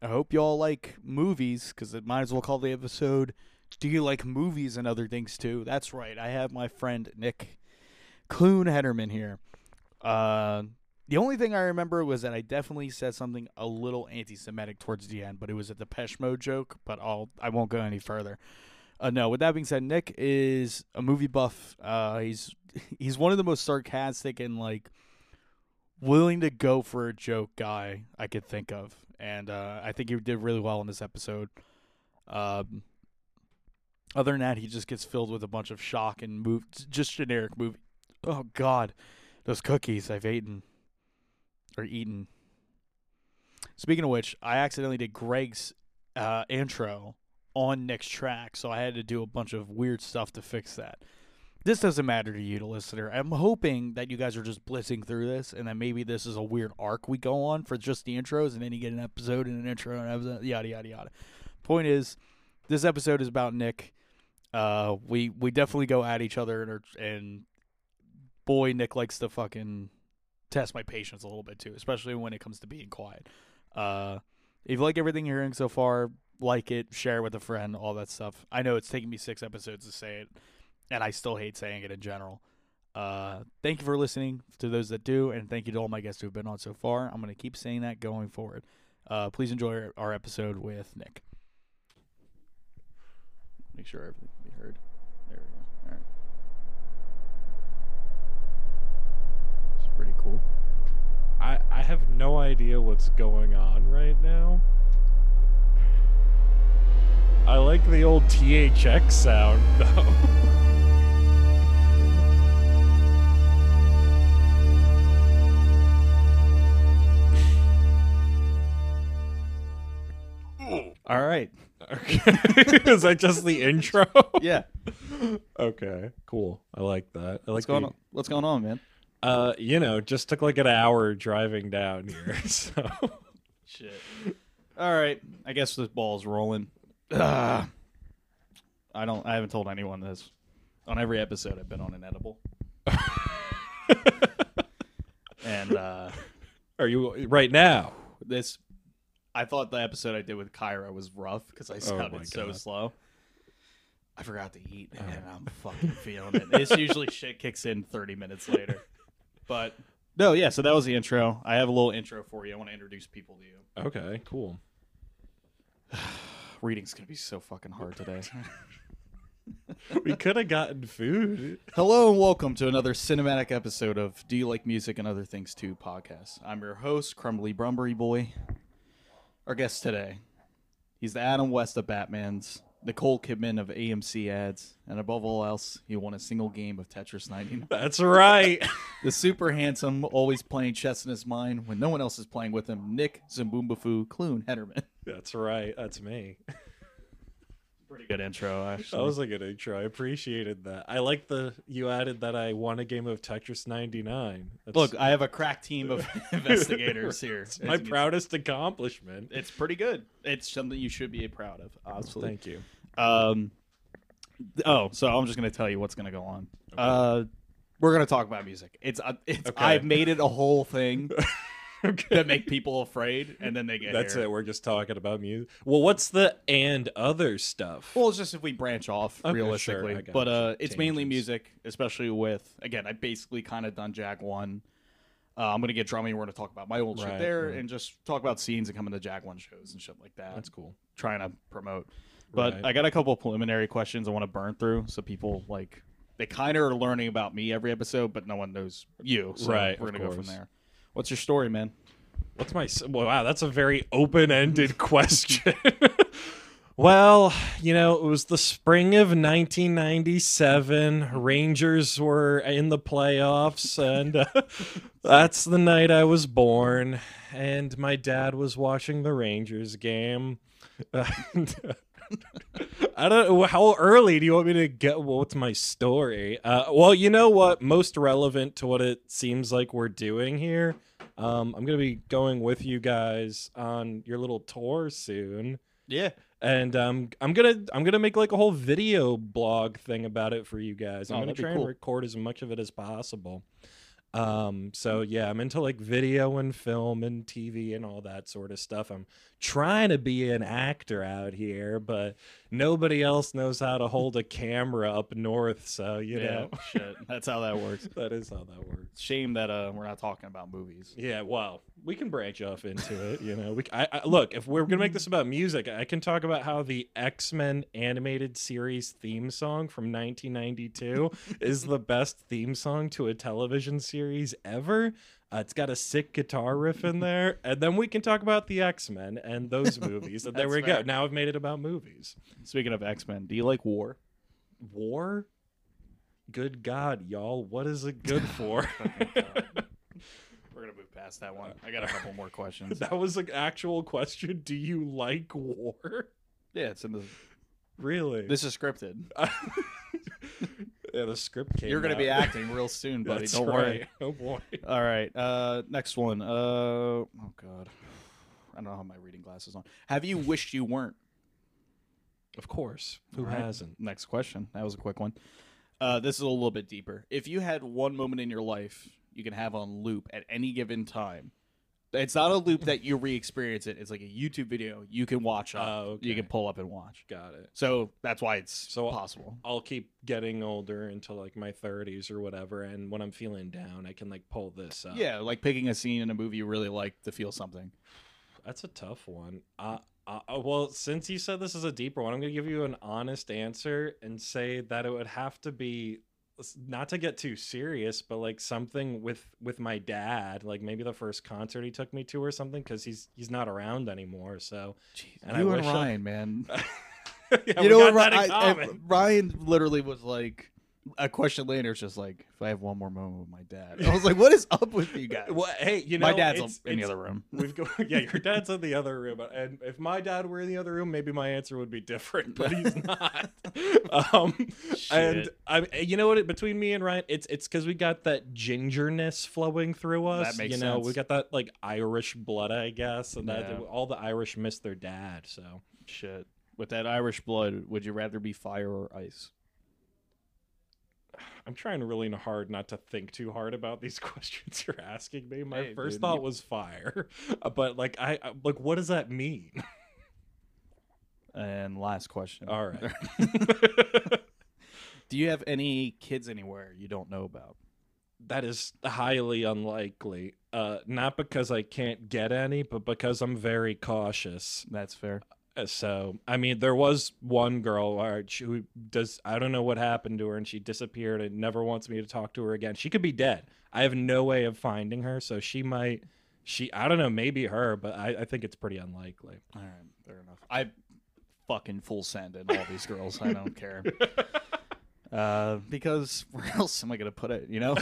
I hope y'all like movies because it might as well call the episode "Do you like movies and other things too?" That's right. I have my friend Nick Clune Hederman here. Uh, the only thing I remember was that I definitely said something a little anti-Semitic towards the end, but it was a Depeche Mode joke. But I'll I won't go any further. Uh, no. With that being said, Nick is a movie buff. Uh, he's he's one of the most sarcastic and like willing to go for a joke guy I could think of, and uh, I think he did really well in this episode. Um, other than that, he just gets filled with a bunch of shock and move, just generic movie. Oh God, those cookies I've eaten or eaten. Speaking of which, I accidentally did Greg's uh, intro on next track, so I had to do a bunch of weird stuff to fix that this doesn't matter to you, the listener. I'm hoping that you guys are just blitzing through this, and that maybe this is a weird arc we go on for just the intros, and then you get an episode and an intro and an episode, yada yada yada. Point is, this episode is about Nick. Uh, we we definitely go at each other, and are, and boy, Nick likes to fucking test my patience a little bit too, especially when it comes to being quiet. Uh, if you like everything you're hearing so far, like it, share it with a friend, all that stuff. I know it's taking me six episodes to say it and I still hate saying it in general. Uh, thank you for listening to those that do, and thank you to all my guests who have been on so far. I'm going to keep saying that going forward. Uh, please enjoy our- our episode with Nick. Make sure everything can be heard. There we go. All right. It's pretty cool. I, I have no idea what's going on right now. I like the old THX sound, though. All right. okay. Is that just the intro? Yeah. Okay, cool. I like that. I like What's going the- on? What's going on, man? Uh, you know, just took like an hour driving down here, so. Shit. All right. I guess this ball's rolling. Ugh. I don't. I haven't told anyone this. On every episode, I've been on an edible, and uh, Are you right now? this. I thought the episode I did with Kyra was rough because I sounded my so God. slow. I forgot to eat, and I'm fucking feeling it. It's usually shit kicks in 30 minutes later, but no, yeah. So that was the intro. I have a little intro for you. I want to introduce people to you. Okay, cool. Reading's gonna be so fucking hard today. We could have gotten food. Hello and welcome to another cinematic episode of Do You Like Music and Other Things Too podcast. I'm your host, Crumbly Brumbery Boy. Our guest today, he's the Adam West of Batman's, Nicole Kidman of AMC ads, and above all else, he won a single game of Tetris 99. That's right. the super handsome, always playing chess in his mind when no one else is playing with him, Nick Zamboombafu Clune Hederman. That's right. That's me. Pretty good intro, That actually. was a good intro. I appreciated that. I like the you added that I won a game of Tetris 99. That's Look, I have a crack team of investigators here. it's my As you can proudest accomplishment. it's pretty good. It's something you should be proud of. Absolutely. Thank you. Um. th- Oh, so I'm just gonna tell you what's gonna go on. Uh, we're gonna talk about music. It's uh, it's Okay. I've made it a whole thing Okay. that make people afraid, and then they get That's here. it. We're just talking about music. Well, what's the and other stuff? Well, it's just if we branch off Okay, realistically, sure, I got but you. uh, it's mainly Tangents. music, especially with again. I basically kind of done Jack one. Uh, I'm gonna get drummy. We're gonna talk about my old shit Right, there, right. and just talk about scenes and coming to Jack one shows and shit like that. That's cool. trying to promote. But Right. I got a couple preliminary questions I want to burn through, so people like they kind of are learning about me every episode, but no one knows you. So Right, we're of gonna go from course. there. What's your story, man? What's my s- well, wow? That's a very open-ended question. well, you know, it was the spring of 1997. Rangers were in the playoffs, and uh, that's the night I was born. And my dad was watching the Rangers game. And, uh, I don't know how early do you want me to get what's my story? Uh, well, you know what? Most relevant to what it seems like we're doing here. Um, I'm gonna be going with you guys on your little tour soon, Yeah, and um, I'm gonna I'm gonna make like a whole video blog thing about it for you guys. I'm Oh, gonna that'd be try cool. and record as much of it as possible. Um, so yeah, I'm into like video and film and TV and all that sort of stuff. I'm trying to be an actor out here, but nobody else knows how to hold a camera up north. So you know, shit. That's how that works. that is how that works. Shame that uh, we're not talking about movies. Yeah, well, we can branch off into it. You know, we c I I look if we're gonna make Mm-hmm. this about music, I can talk about how the X Men animated series theme song from 1992 is the best theme song to a television series ever. Uh, it's got a sick guitar riff in there, and then we can talk about the X Men and those movies. And there That's we fair. go. Now I've made it about movies. Speaking of X Men, do you like war? War. Good God, y'all! What is it good for? Oh We're gonna move past that one. I got a couple more questions. that was an actual question. Do you like war? yeah, it's in the. Really? This is scripted. yeah, the script came. You're gonna out. be acting real soon, buddy. That's Don't worry. right. Oh boy. All right. Uh, next one. Uh, oh God, I don't know how my reading glasses on. Have you wished you weren't? Of course. Who All right. hasn't? Next question. That was a quick one. Uh, this is a little bit deeper. If you had one moment in your life you can have on loop at any given time, it's not a loop that you re-experience it. It's like a YouTube video you can watch. Up, Oh, You okay. can pull up and watch. Got it. So that's why it's So- uh, possible. I'll keep getting older until like my 30s or whatever, and when I'm feeling down, I can like pull this up. Yeah, like picking a scene in a movie you really like to feel something. that's a tough one. Uh, uh, uh, well, since you said this is a deeper one, I'm gonna give you an honest answer and say that it would have to be not to get too serious, but like something with with my dad, like maybe the first concert he took me to or something, because he's he's not around anymore, so. And I you and wish I- Ryan, man. yeah, you know what, Ryan, Ryan literally was like, a question later, it's just like, if I have one more moment with my dad. I was like, what is up with you guys? well, hey, you know, my dad's it's- in the it's- other room. We've go, yeah, your dad's in the other room, and if my dad were in the other room, maybe my answer would be different, but he's not. um, and Shit. I, you know what? Between me and Ryan, it's it's because we got that gingerness flowing through us. That makes you know, we sense. got that like Irish blood, I guess, and that Yeah. all the Irish miss their dad. So Shit. With that Irish blood, would you rather be fire or ice? I'm trying really hard not to think too hard about these questions you're asking me. My Hey, first dude, thought you- was fire, uh, but like I I- like what does that mean? And last question. All right. Do you have any kids anywhere you don't know about? that is highly unlikely. Uh, not because I can't get any, but because I'm very cautious. That's fair. Uh, So, I mean, there was one girl uh, she, who does, I don't know what happened to her, and she disappeared and never wants me to talk to her again. She could be dead. I have no way of finding her, so she might, she, I don't know, maybe her, but I, I think it's pretty unlikely. All right, fair enough. I fucking full send in all these girls. I don't care. Uh, because where else am I gonna put it? You know,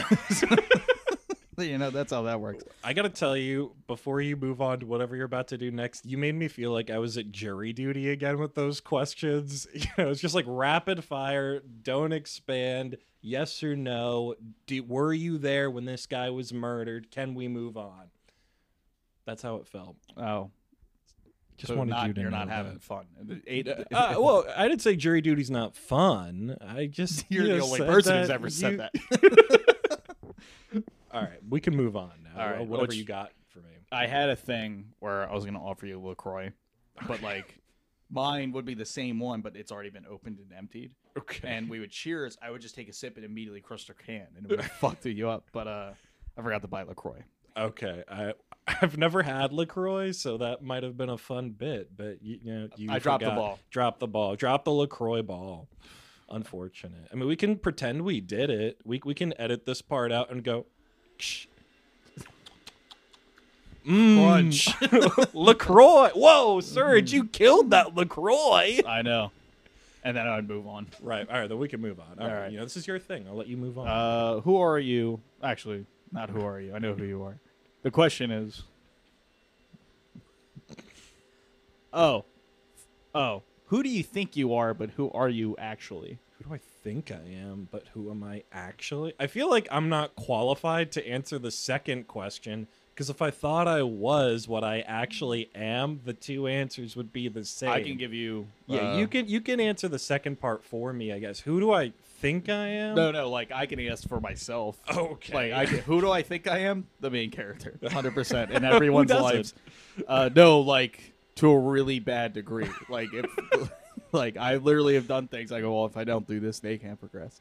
you know that's how that works. I gotta tell you, before you move on to whatever you're about to do next, you made me feel like I was at jury duty again with those questions. You know, it's just like rapid fire, don't expand, yes or no. Do, were you there when this guy was murdered? Can we move on? That's how it felt. Oh, Just so wanted not, you to you're know not that. having fun. Eight- Uh, well, I didn't say jury duty's not fun. I just you're you the know, only said person who's that ever said you- that. All right, we can move on now. All right, whatever which- you got for me. I had a thing where I was gonna offer you Lacroix, but like mine would be the same one, but it's already been opened and emptied. okay. And we would cheers. I would just take a sip and immediately crush the can, and it would fuck you up. But uh, I forgot to buy Lacroix. Okay, I I've never had Lacroix, so that might have been a fun bit, but you, you know you I dropped the forgot. ball. Drop the ball. Drop the Lacroix ball. Unfortunate. I mean, we can pretend we did it. We we can edit this part out and go. "Ksh." Crunch. Mm. Mm, Lacroix. Whoa, Serge, you killed that Lacroix. I know. And then I would move on. Right. All right. Then we can move on. All All right. right. You know, this is your thing. I'll let you move on. Uh, who are you? Actually, not who are you. I know who you are. The question is. Oh. Oh. Who do you think you are, but who are you actually? who do I think I am, but who am I actually? I feel like I'm not qualified to answer the second question Because if I thought I was what I actually am, the two answers would be the same. I can give you. Yeah, uh, you can you can answer the second part for me, I guess. Who do I think I am? No, no. Like I can ask for myself. Okay. Like I can, who do I think I am? The main character, 100 percent in everyone's doesn't? lives. Uh, no, like to a really bad degree. Like if, like I literally have done things. I go, well, if I don't do this, they can't progress.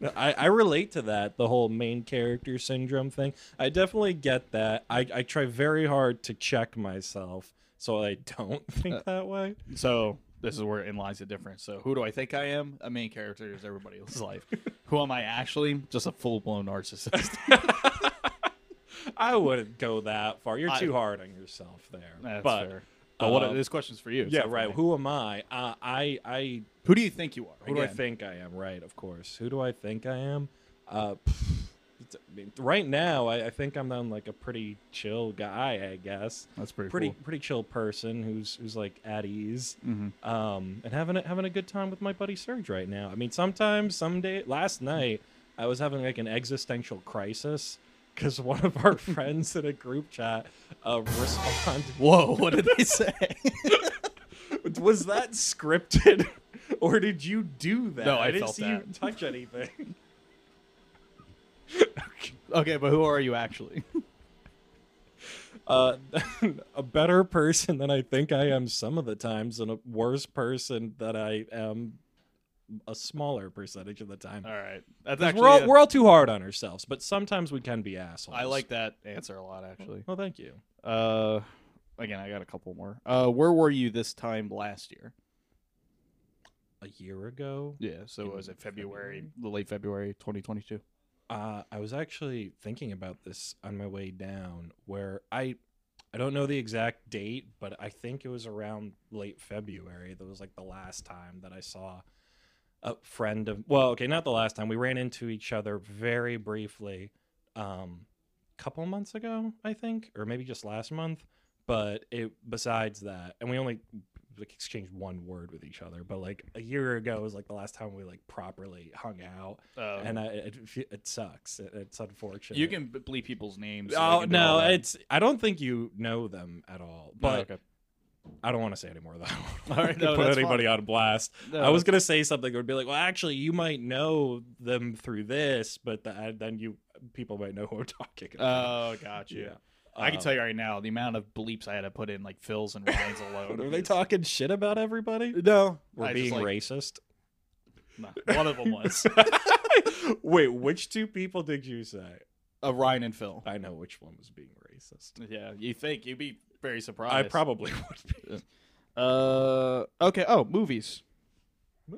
No, I, I relate to that, the whole main character syndrome thing. I definitely get that. I, I try very hard to check myself so I don't Uh, think that way. So this is where in lies the difference. So who do I think I am? A main character is everybody else's life. who am I actually? Just a full blown narcissist. I wouldn't go that far. You're I- too hard on yourself there. That's but fair. But what, um, this question's for you. it's yeah, not for right. me. Who am I? Uh, I I Who do you think you are? Who do I Again, think I am? Right, of course. Who do I think I am? Uh, pff, it's- I mean, right now, I, I think I'm on like a pretty chill guy. I guess That's pretty pretty cool. pretty chill person who's who's like at ease, Mhm. um, and having a, having a good time with my buddy Serge right now. I mean, sometimes, someday, last night, I was having like an existential crisis because one of our friends in a group chat uh, responded Whoa! What did they say? was that scripted or did you do that? No, I didn't felt see you that. touch anything. okay, but who are you actually? Uh, a better person than I think I am some of the times, and a worse person that I am a smaller percentage of the time. All right, that's 'Cause actually. we're all, a- we're all too hard on ourselves, but sometimes we can be assholes. I like that answer a lot, actually. Well, thank you. Uh, again, I got a couple more. Uh, where were you this time last year? A year ago, Yeah, so In was it February, late February, 2022? Uh, I was actually thinking about this on my way down, where I, I don't know the exact date, but I think it was around late February. That was like the last time that I saw a friend of. Well, okay, not the last time. We ran into each other very briefly, um, couple months ago, I think, or maybe just last month. But it besides that, and we only like exchanged one word with each other. But like a year ago was like the last time we like properly hung out Uh, and I, it, it- it sucks. It, it's unfortunate. you can b- bleep people's names. so they Oh can do all no, that. it's. I don't think you know them at all. No, But okay. I don't want to say anymore though. All right, no, put that's anybody on blast. No, I was gonna say something that would be like, well, actually, you might know them through this, but the, then you people might know who I'm talking about. Oh, got you. I Um, can tell you right now, the amount of bleeps I had to put in, like fills and rhymes alone. Are they is- talking shit about everybody? No, We're I just, being like- racist. no, one of them was Wait, which two people did you say? uh, Ryan and Phil. I know which one was being racist. Yeah, you think you'd be very surprised? I probably would be. Uh, okay. Oh, movies.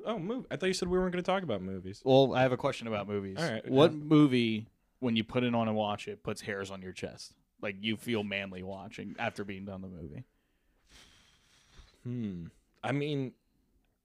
Oh, move! I thought you said we weren't going to talk about movies. Well, I have a question about movies. All right, What yeah. movie, when you put it on and watch it, puts hairs on your chest? Like you feel manly watching after being done the movie. Hmm. I mean,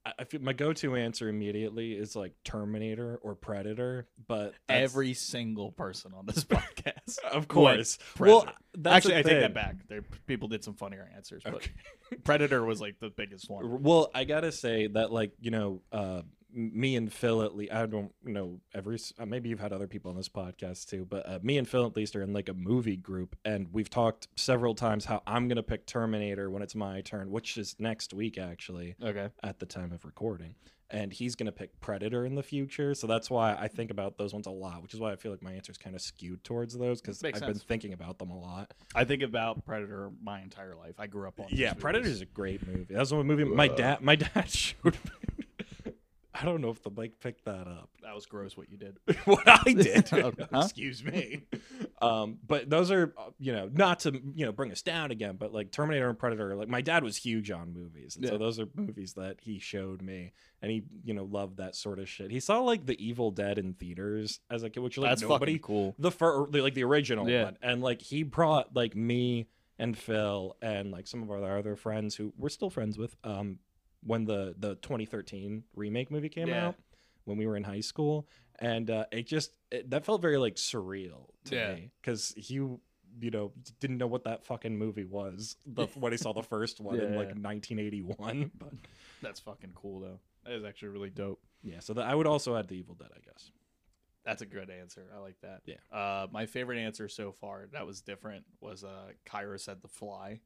I, I feel my go-to answer immediately is like Terminator or Predator, but that's- Every single person on this podcast. of course. Predator. Well, that's Actually, the I take that thing. back. There, people did some funnier answers, but Okay. Predator was like the biggest one. Well, I gotta say that, like, you know, uh, m- me and Phil at least, I don't know every, s- uh, maybe you've had other people on this podcast too, but uh, me and Phil at least are in like a movie group, and we've talked several times how I'm gonna pick Terminator when it's my turn, which is next week actually. Okay. at the time of recording. And he's going to pick Predator in the future. So that's why I think about those ones a lot, which is why I feel like my answer is kind of skewed towards those because I've Makes been sense. thinking about them a lot. I think about Predator my entire life. I grew up on. Yeah, these Predator movies. is a great movie. That's one movie my Uh. dad my dad showed me. I don't know if the mic picked that up. That was gross. What you did. what I did. Oh, Huh? Excuse me. Um, but those are, uh, you know, not to you know bring us down again, but like Terminator and Predator. Like my dad was huge on movies, and so Yeah. those are movies that he showed me, and he you know loved that sort of shit. He saw like The Evil Dead in theaters as like which like That's nobody fucking cool. the fir- the- like the original Yeah. one, and like he brought like me and Phil and like some of our other friends who we're still friends with. Um, when the the 2013 remake movie came Yeah. out, when we were in high school, and uh, it just it, that felt very like surreal to Yeah. me because he you know didn't know what that fucking movie was the, when he saw the first one in Yeah. like 1981. But That's fucking cool though. That is actually really dope. yeah, so that I would also add the Evil Dead, I guess. That's a good answer. I like that. Yeah. Uh, my favorite answer so far that was different was uh, Kyra said the fly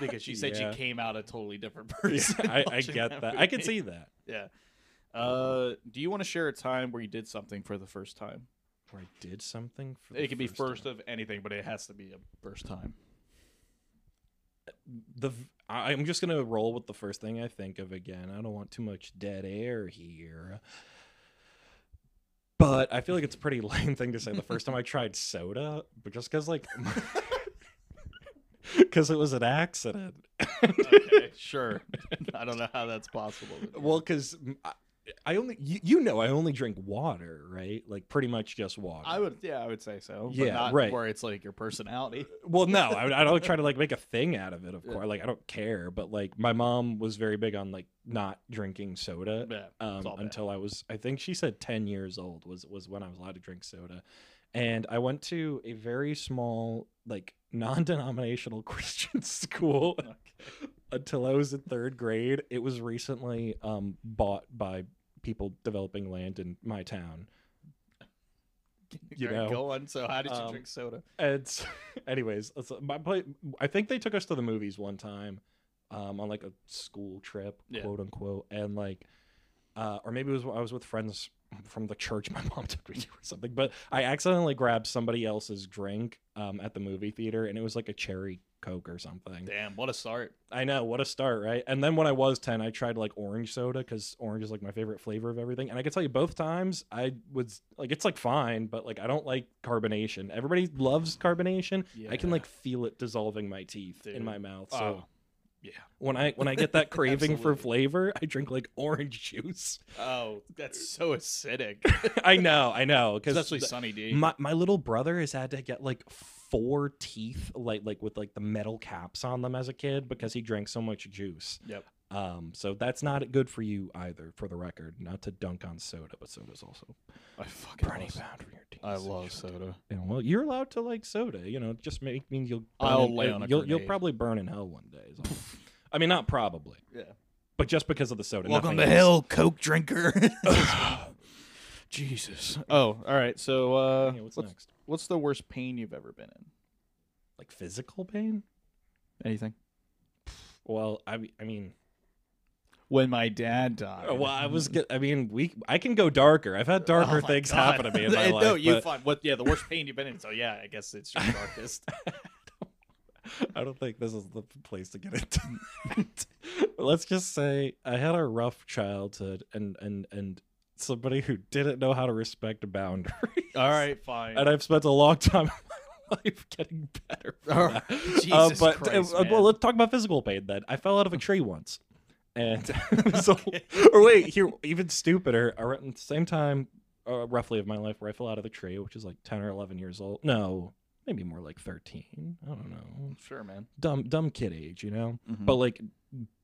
because she said Yeah. she came out a totally different Yeah, person. I, I watching get that. I can movie. see that. Yeah. Uh, do you want to share a time where you did something for the first time? Where I did something. For the It could be first time. of anything, but it has to be a first time. the. v- I, am just gonna roll with the first thing I think of again. I don't want too much dead air here. But I feel like it's a pretty lame thing to say. The first time I tried soda, but just because like, because it was an accident. Okay, sure. I don't know how that's possible. but- Well, because I, I only you, you know I only drink water, right? Like pretty much just water. I would, yeah, I would say so. but Yeah, not right. Where it's like your personality. Well, no, I, I don't try to like make a thing out of it. Of Yeah. course, like I don't care. But like my mom was very big on like not drinking soda Yeah, um, all bad. until I was, I think she said ten years old was was when I was allowed to drink soda, and I went to a very small like non-denominational Christian school until I was in third grade. It was recently um, bought by people developing land in my town. You All right, know. go on. So, how did you Um, drink soda? And so, anyways, so my play, I think they took us to the movies one time um, on like a school trip, Yeah. quote unquote, and like, uh, or maybe it was I was with friends from the church my mom took me to or something. But I accidentally grabbed somebody else's drink um, at the movie theater, and it was like a cherry coke or something. Damn, what a start. I know what a start, right? And then when I was ten, I tried like orange soda because orange is like my favorite flavor of everything. And I can tell you, both times I was like, it's like fine, but like I don't like carbonation. Everybody loves carbonation. I can Yeah. like feel it dissolving my teeth Dude. in my mouth. So Oh, yeah. when I when I get that craving for Absolutely. flavor, I drink like orange juice. Oh, that's so acidic. I know, I know, because Especially Sunny D. my my little brother has had to get like four teeth like like with like the metal caps on them as a kid because he drank so much juice. Yep. Um so that's not good for you either for the record. Not to dunk on soda, but soda's also I fucking pretty love- bad for your teeth. I love soda. Yeah, well, you're allowed to like soda, you know, it just make means you'll burn I'll in- lay on a you'll, you'll grenade. probably burn in hell one day. is all. I mean not probably. Yeah. But just because of the soda. Welcome to nothing else. hell, Coke drinker. Jesus. Oh, all right. So, uh, Yeah, what's what's, next? what's the worst pain you've ever been in? Like physical pain? Anything? Well, I I mean When my dad died. Oh, Well, I was. Get, I mean, we. I can go darker. I've had darker Oh my things God. happen to me in my life. No, you but find what? Yeah, the worst pain you've been in. So yeah, I guess it's your darkest. I don't think this is the place to get into. that. Let's just say I had a rough childhood, and and and somebody who didn't know how to respect boundaries. All right, fine. and I've spent a long time. of my Life getting better. for All that. right. Uh, Oh, Jesus but Christ, uh, well, man. let's talk about physical pain then. I fell out of a tree once, and so, or wait, here even stupider. Around the same time, uh, roughly of my life, where I fell out of the tree, which is like ten or eleven years old. No, maybe more like thirteen. I don't know. sure, man. Dumb, dumb kid age, you know. Mm-hmm. But like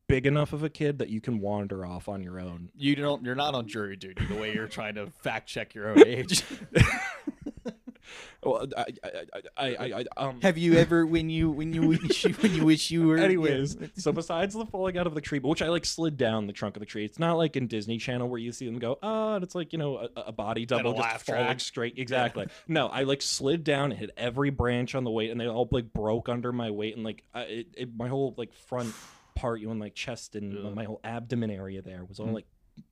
big enough of a kid that you can wander off on your own. you don't. You're not on jury duty the way you're trying to fact check your own age. Well, I, I, I, I, I um. Have you ever when you when you wish you, when you wish you were Anyways, so besides the falling out of the tree, which I like slid down the trunk of the tree, it's not like in Disney Channel where you see them go, oh, and it's like, you know, a, a body double just laugh falling track. straight. Exactly. No, I like slid down and hit every branch on the weight, and they all like broke under my weight, and like I, it, it, my whole like front part, you know, and like chest and Ugh. Hmm. my whole abdomen area there was all like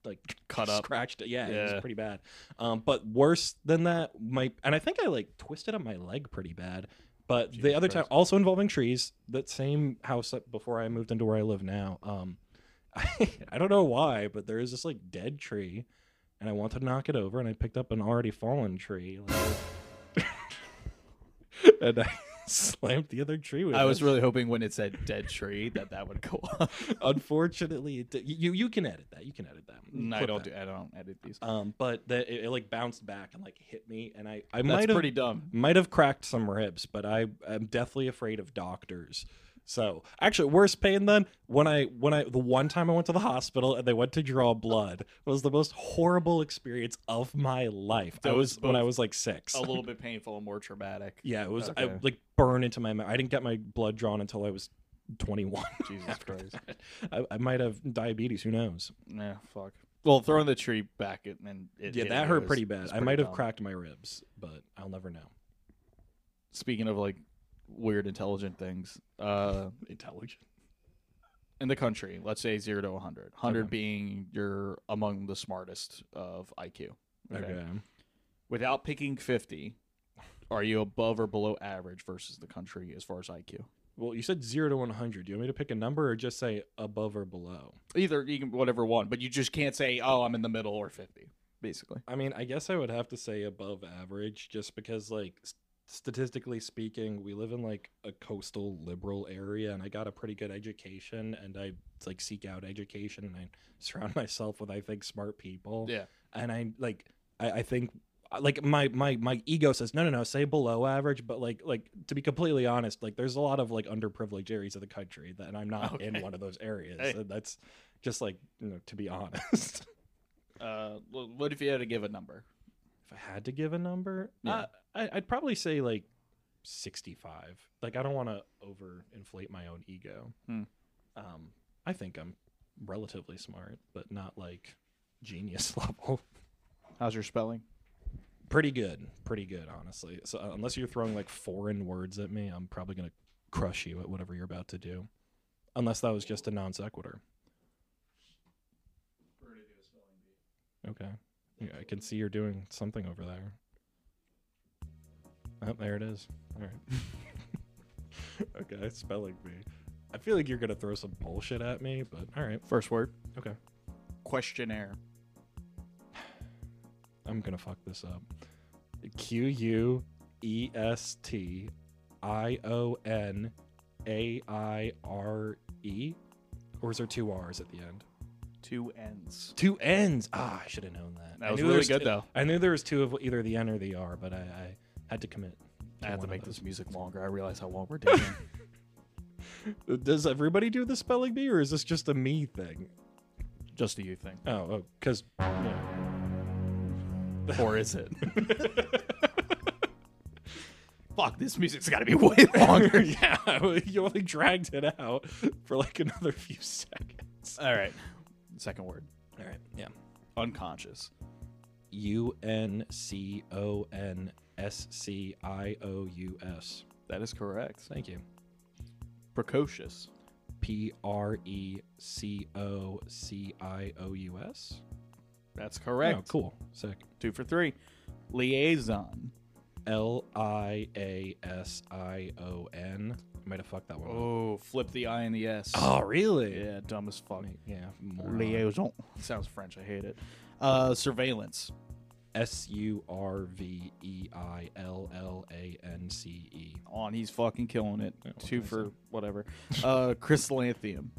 like Cut up. scratched. Yeah, it Yeah. was pretty bad. Um, but worse than that, my and I think I like twisted up my leg pretty bad. But Jesus the other Christ. time, also involving trees, that same house up before I moved into where I live now. Um, I, I don't know why, but there is this like dead tree, and I wanted to knock it over, and I picked up an already fallen tree, like- and I slammed the other tree with I it. was really hoping when it said dead tree that that would go up. Unfortunately, it did. you you can edit that. You can edit that. No, I Clip don't. that. Do, I don't edit these. Um, but that it, it like bounced back and like hit me, and I I That's might have pretty dumb. might have cracked some ribs, but I am deathly afraid of doctors. So actually, worst pain then when I when I the one time I went to the hospital and they went to draw blood was the most horrible experience of my life. I So was it's when I both was like six. A little bit painful and more traumatic. yeah, it was I Okay. like burn into my mouth. I didn't get my blood drawn until I was twenty one. Jesus Christ. I, I might have diabetes. Who knows? Yeah. Fuck. Well, throwing the tree back it, and it yeah, hit that me hurt was- pretty bad. was I might have dumb. cracked my ribs, but I'll never know. Speaking of like weird intelligent things, uh, Intelligent. in the country, let's say zero to 100, 100 being you're among the smartest of IQ. Okay. Without picking 50, are you above or below average versus the country as far as IQ? Well, you said zero to one hundred. Do you want me to pick a number or just say above or below? Either you can whatever one, but you just can't say, "Oh, I'm in the middle" or 50, basically. I mean, I guess I would have to say above average, just because like s- statistically speaking, we live in like a coastal liberal area, and I got a pretty good education, and I like seek out education, and I surround myself with I think smart people. Yeah. and I like I, I think like my my my ego says no no no say below average but like like to be completely honest like there's a lot of like underprivileged areas of the country that and i'm not in Okay. one of those areas Hey. and that's just like you know to be honest Uh, wh- what if you had to give a number? if I had to give a number, Yeah. uh, I, I'd probably say like 65. Like I don't want to overinflate my own ego. Hmm. Um, I think I'm relatively smart, but not like genius level. How's your spelling? pretty good, pretty good, honestly. So uh, unless you're throwing like foreign words at me, I'm probably gonna crush you at whatever you're about to do. Unless that was just a non sequitur. Okay. Yeah, I can see you're doing something over there. Oh, there it is. All right. okay, spelling bee. I feel like you're gonna throw some bullshit at me, but all right. First word. Okay. Questionnaire. I'm gonna fuck this up. Q U E S T I O N A I R E, or is there two R's at the end? Two N's. Two N's. Ah, I should have known that. That I was knew really there's good two- though. I knew there was two of either the N or the R, but I, I had to commit. I have to one of make those. this music longer. I realize how long we're taking. Uh, Does everybody do the spelling bee, or is this just a me thing? Just a you thing, Oh, oh, because or is it? Fuck, this music's got to be way longer. yeah, you only dragged it out for like another few seconds. All right. Second word. All right, yeah. Unconscious. U N C O N S C I O U S. That is correct. Thank you. Precocious. P R E C O C I O U S. That's Oh, correct. cool. Sick. Two for three. Liaison. L I A S I O N. I might have fucked that one. up. Oh, flip the I and the S. Oh, really? Yeah, dumb as fuck. Yeah. Liaison. Sounds French. I hate it. Uh, surveillance. S U R V E I L L A N C E. On. He's fucking killing it. Yeah, what Two can I for whatever. Uh, chrysolanthium.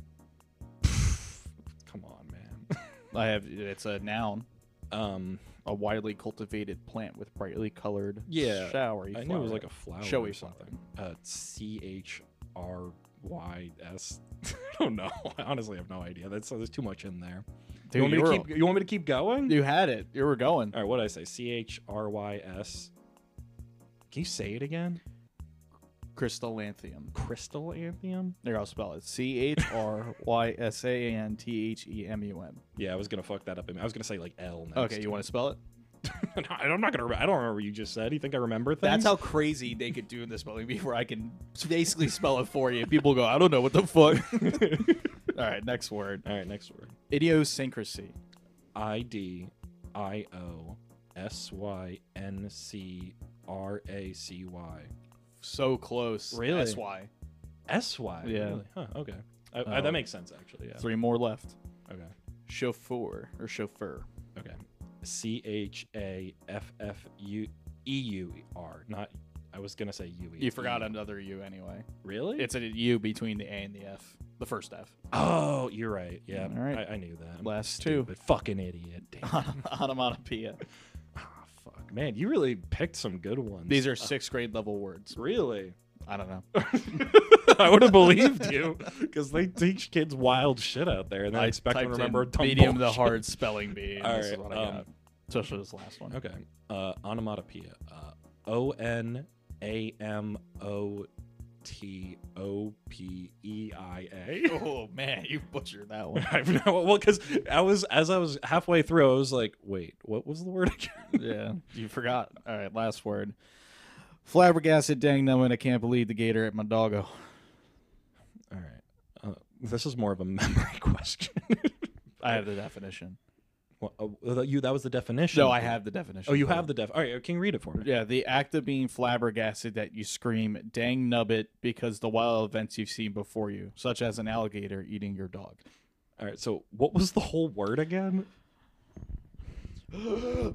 Come on, man. I have. It's a noun. um, A widely cultivated plant with brightly colored, Yeah, showery. I knew it was flower. like a flower Showy or something. Uh, C H R Y S. I don't know. I honestly have no idea. That's there's too much in there. Dude, you want me to you're- keep? You want me to keep going? You had it. You were going. All right. What did I say? C H R Y S. Can you say it again? Crystallanthium. Crystal anthem. There, I'll spell it. C H R Y S A N T H E M U M. Yeah, I was gonna fuck that up. I was gonna say like L. Next. Okay, you want to spell it? to? I'm not gonna. Remember. I don't remember. What you just said. You think I remember things? That's how crazy they could do in the spelling before I can basically spell it for you. People go, I don't know what the fuck. All right, next word. All right. Next word. Idiosyncrasy. I D I O S Y N C R A C Y. So close. Really? That's why. S Y. Yeah. Really? Huh, okay. I, I, that Um, makes sense actually. Yeah. Three more left. Okay. Chauffeur or chauffeur. Okay. C H A F F U E U R. Not. I was gonna say U E. You forgot another U anyway. Really? It's a U between the A and the F. The first F. Oh, you're right. Yeah. All right. I, I knew that. I'm Last two. stupid. Fucking idiot. Damn. Onomatopoeia. Ah, fuck. Man, you really picked some good ones. These are sixth grade level words. really. I don't know. I would have believed you because they teach kids wild shit out there and they expect to typed in remember dumb medium to bullshit. hard spelling bee. and All this is right, what I um, got. Especially this last one. Okay. Uh, onomatopoeia. Uh, o N A M O T O P E I A. Oh man, you butchered that one. I have no- well, because I was as I was halfway through, I was like, "Wait, what was the word again?" yeah, you forgot. All right, last word. Flabbergasted, dang them, and I can't believe the gator at my doggo. All right, uh, this is more of a memory question. I have the definition. Well, uh, you that was the definition. No, I have the definition. Oh, you for have it. the def. All right, can you read it for me? Yeah, the act of being flabbergasted that you scream "dang nubbit" because the wild events you've seen before you, such as an alligator eating your dog. All right, so what was the whole word again?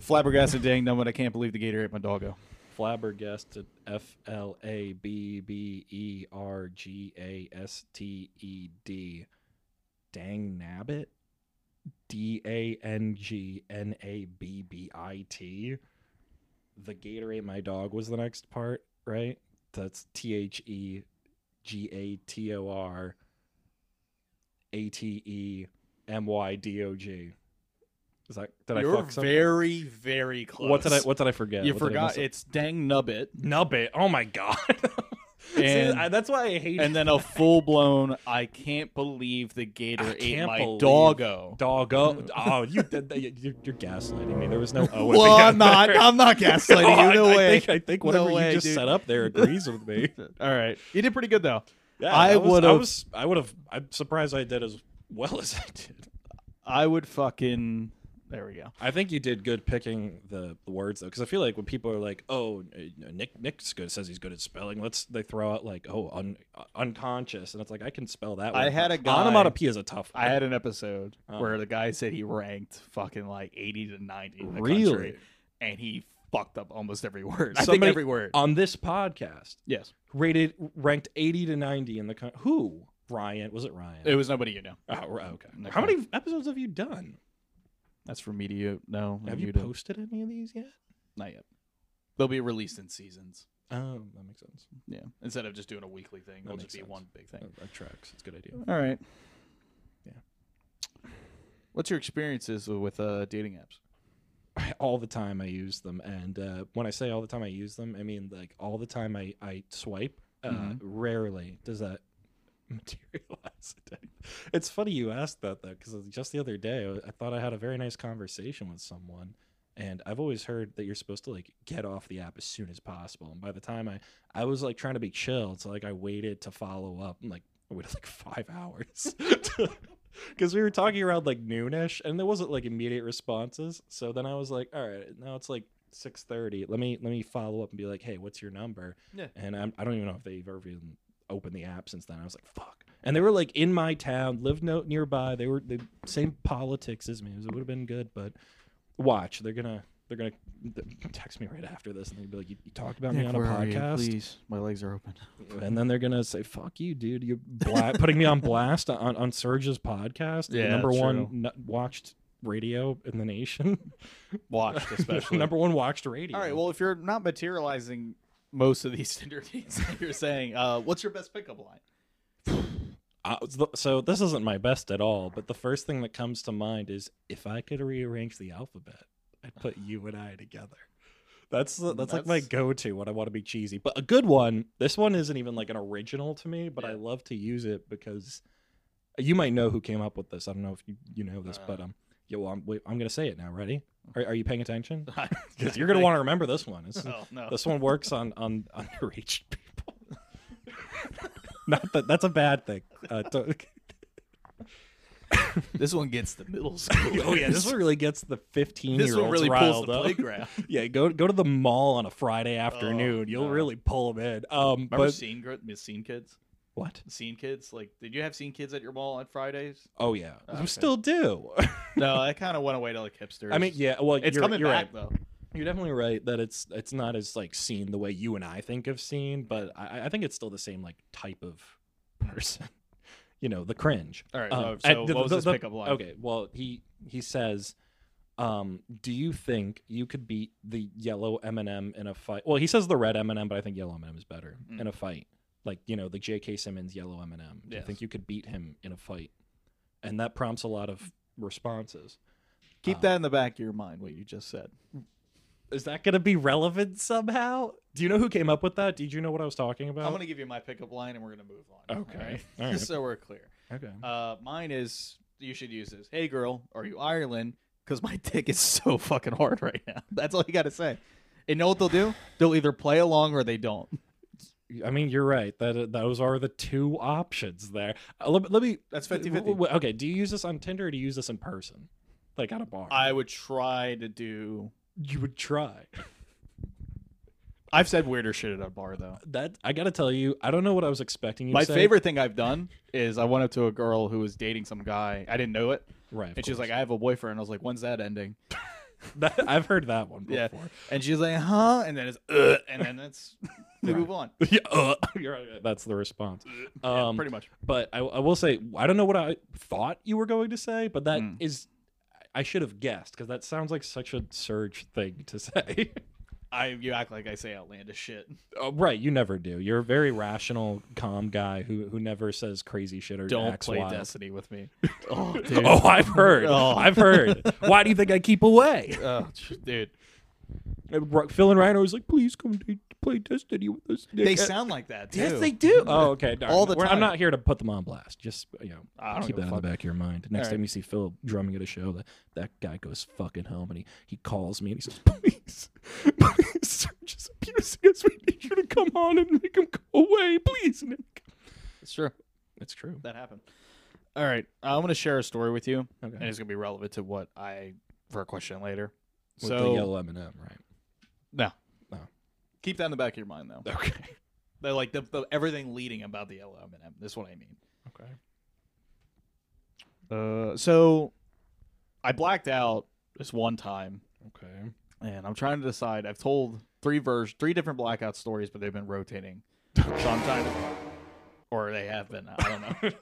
Flabbergasted, dang them, and I can't believe the gator ate my doggo. Flabbergasted. F L A B B E R G A S T E D. Dang nabbit. D A N G N A B B I T. The gator ate my dog was the next part, right? That's T H E G A T O R A T E M Y D O G. Is that did I You're fuck something? very, very close. What did I what did I forget? you What did I mess forgot up? it's dang nubbit, Nubbit. Oh my god. See, And- I- that's why I hate and then a full blown. I can't believe the gator I ate can't my believe- doggo. doggo. Oh, you did that. You're, you're gaslighting me. There was no O. at Well, the I'm end not. there. I'm not No, gaslighting I, you. No I way. think, I think No whatever way, you just dude. set up there agrees with me. All right, you did pretty good though. Yeah, I that was- would've- I was. I would have. I'm surprised I did as well as I did. I would fucking. There we go. I think you did good picking the, the words though, because I feel like when people are like, "Oh, uh, Nick Nick's good," says he's good at spelling. Let's they throw out like, "Oh, un, uh, unconscious," and it's like I can spell that. I word. had a guy- onomatopoeia is a tough. I had an episode Oh. where the guy said he ranked fucking like 80 to 90 in the Really? country, and he fucked up almost every word. I think Somebody- every word. on this podcast yes. rated ranked 80 to 90 in the country. Who? Ryan. Was it Ryan? It was nobody you know. oh, r- okay. No. How many episodes have you done? That's for me to you. No. Have and you to- posted any of these yet? Not yet. They'll be released in seasons. Oh, that makes sense. Yeah. Instead of just doing a weekly thing, That it'll makes just be sense. one big thing. That, that tracks. It's a good idea. All right. Yeah. What's your experiences with uh, dating apps? all the time I use them, and uh, when I say all the time I use them, I mean like all the time I I swipe. Uh, Mhm. Rarely does that materialize. it's funny you asked that though, because just the other day uh, I- I thought I had a very nice conversation with someone, and I've always heard that you're supposed to like get off the app as soon as possible. And by the time I I was like trying to be chill, so like I waited to follow up, and like I waited like five hours. because we were talking around like noonish and there wasn't like immediate responses so then i was like all right now it's like 6.30 let me let me follow up and be like hey what's your number Yeah. and I'm, i don't even know if they've ever even opened the app since then i was like fuck and they were like in my town lived no, nearby they were the same politics as me it would have been good but watch they're gonna they're gonna text me right after this and they'd be like you, you talked about me on a podcast please. My legs are open. and then they're gonna say, "Fuck you, dude! You're bla- putting me on blast on on Surge's podcast, the Yeah, number one true. nu- watched radio in the nation, Watched, especially. number one watched radio." All right. Well, if you're not materializing most of these Tinder dates, that you're saying, uh, what's your best pickup line? I was the- so this isn't my best at all, but the first thing that comes to mind is if I could rearrange the alphabet, I'd put you and I together. That's the- that's, like my Mm, That's- go-to when I want to be cheesy, but a good one. This one isn't even like an original to me, but I Yeah. love to use it because uh, you might know who came up with this. I don't know if you, you know this, Uh. Oh. but um, yeah, well, I'm wait, I'm gonna say it now. Ready? Are, are you paying attention? Because Because you're gonna want to remember this one. It's, Oh no. this one works on on underage people. Not that that's a bad thing. Uh, don't- This one gets the middle school. oh yeah, this one really gets the fifteen This year one olds really pulls riled the up. playground. Oh, Yeah, go go to the mall on a Friday afternoon. You'll no. really pull them in. Um, Remember but scene gr- Miss Scene Kids? what? Scene Kids? Like, did you have Scene Kids at your mall on Fridays? Oh yeah, Oh, we okay. still do. No, I kind of went away to like hipsters. I mean, yeah. Well, it's you're, coming you're back Right. though. You're definitely right that it's it's not as like seen the way you and I think of seen, but I, I think it's still the same like type of person. You know, the cringe. All right. Um, well, at so the- what was the- this the- pickup line? Okay, well he he says, um, "Do you think you could beat the yellow M and m in a fight?" Well, he says the red M and m but I think yellow M and m is better Mm. in a fight. Like you know the J.K. Simmons yellow M and m Do you Yes. think you could beat him in a fight? And that prompts a lot of responses. Keep Um, that in the back of your mind. What you just said. Is that going to be relevant somehow? Do you know who came up with that? Did you know what I was talking about? I'm going to give you my pickup line and we're going to move on. Okay. All right? All right. so we're clear. Okay. Uh, mine is you should use this. Hey girl, are you Ireland? Because my dick is so fucking hard right now. That's all you got to say. And know what they'll do? They'll either play along or they don't. I mean, you're right. That those are the two options there. Uh, let, let me. That's w- w- Okay. Do you use this on Tinder or do you use this in person, like at a bar? I would try to do. you would try. I've said weirder shit at a bar though. That I gotta tell you, I don't know what I was expecting. You to My say. favorite thing I've done is I went up to a girl who was dating some guy. I didn't know it, right? of and she was course. like, "I have a boyfriend." I was like, "When's that ending?" That- I've heard that one before. Yeah. And she's like, "Huh?" And then it's, Ugh, and then it's we Right. move on. Yeah, uh, you're right, that's the response. Yeah, Um, pretty much. but I, I will say, I don't know what I thought you were going to say, but that Mm. is I should have guessed because that sounds like such a surge thing to say. I you act like I say outlandish shit. Uh, right, you never do. You're a very rational, calm guy who who never says crazy shit or Don't acts play wild. Destiny with me. Oh, dude. Oh, I've heard. Oh. I've heard. Why do you think I keep away? Oh, ch- dude. And Ro- Phil and Ryan are always like, please come to play Destiny with us. Nick." They Uh, sound like that. Too. Yes, they do. Oh, okay. darn. All the We're- time. I'm not here to put them on blast. Just you know, I don't keep give that a in the back of your mind. Next All time right. you see Phil drumming at a show, that that guy goes fucking home and he, he calls me and he says, "Please, please, sir, just abusing us. We need you to come on and make him go away, please." Nick. It's true. It's true. That happened. All right, I'm gonna share a story with you, Okay. and it's gonna be relevant to what I for a question later. With the so yellow M and M, right? keep that in the back of your mind, though. Okay. They're like the, the everything leading about the yellow M&M. That's what I mean. Okay. Uh, so I blacked out this one time, Okay. and I'm trying to decide. I've told three vers three different blackout stories, but they've been rotating. so I'm trying to, or they have been. I don't know.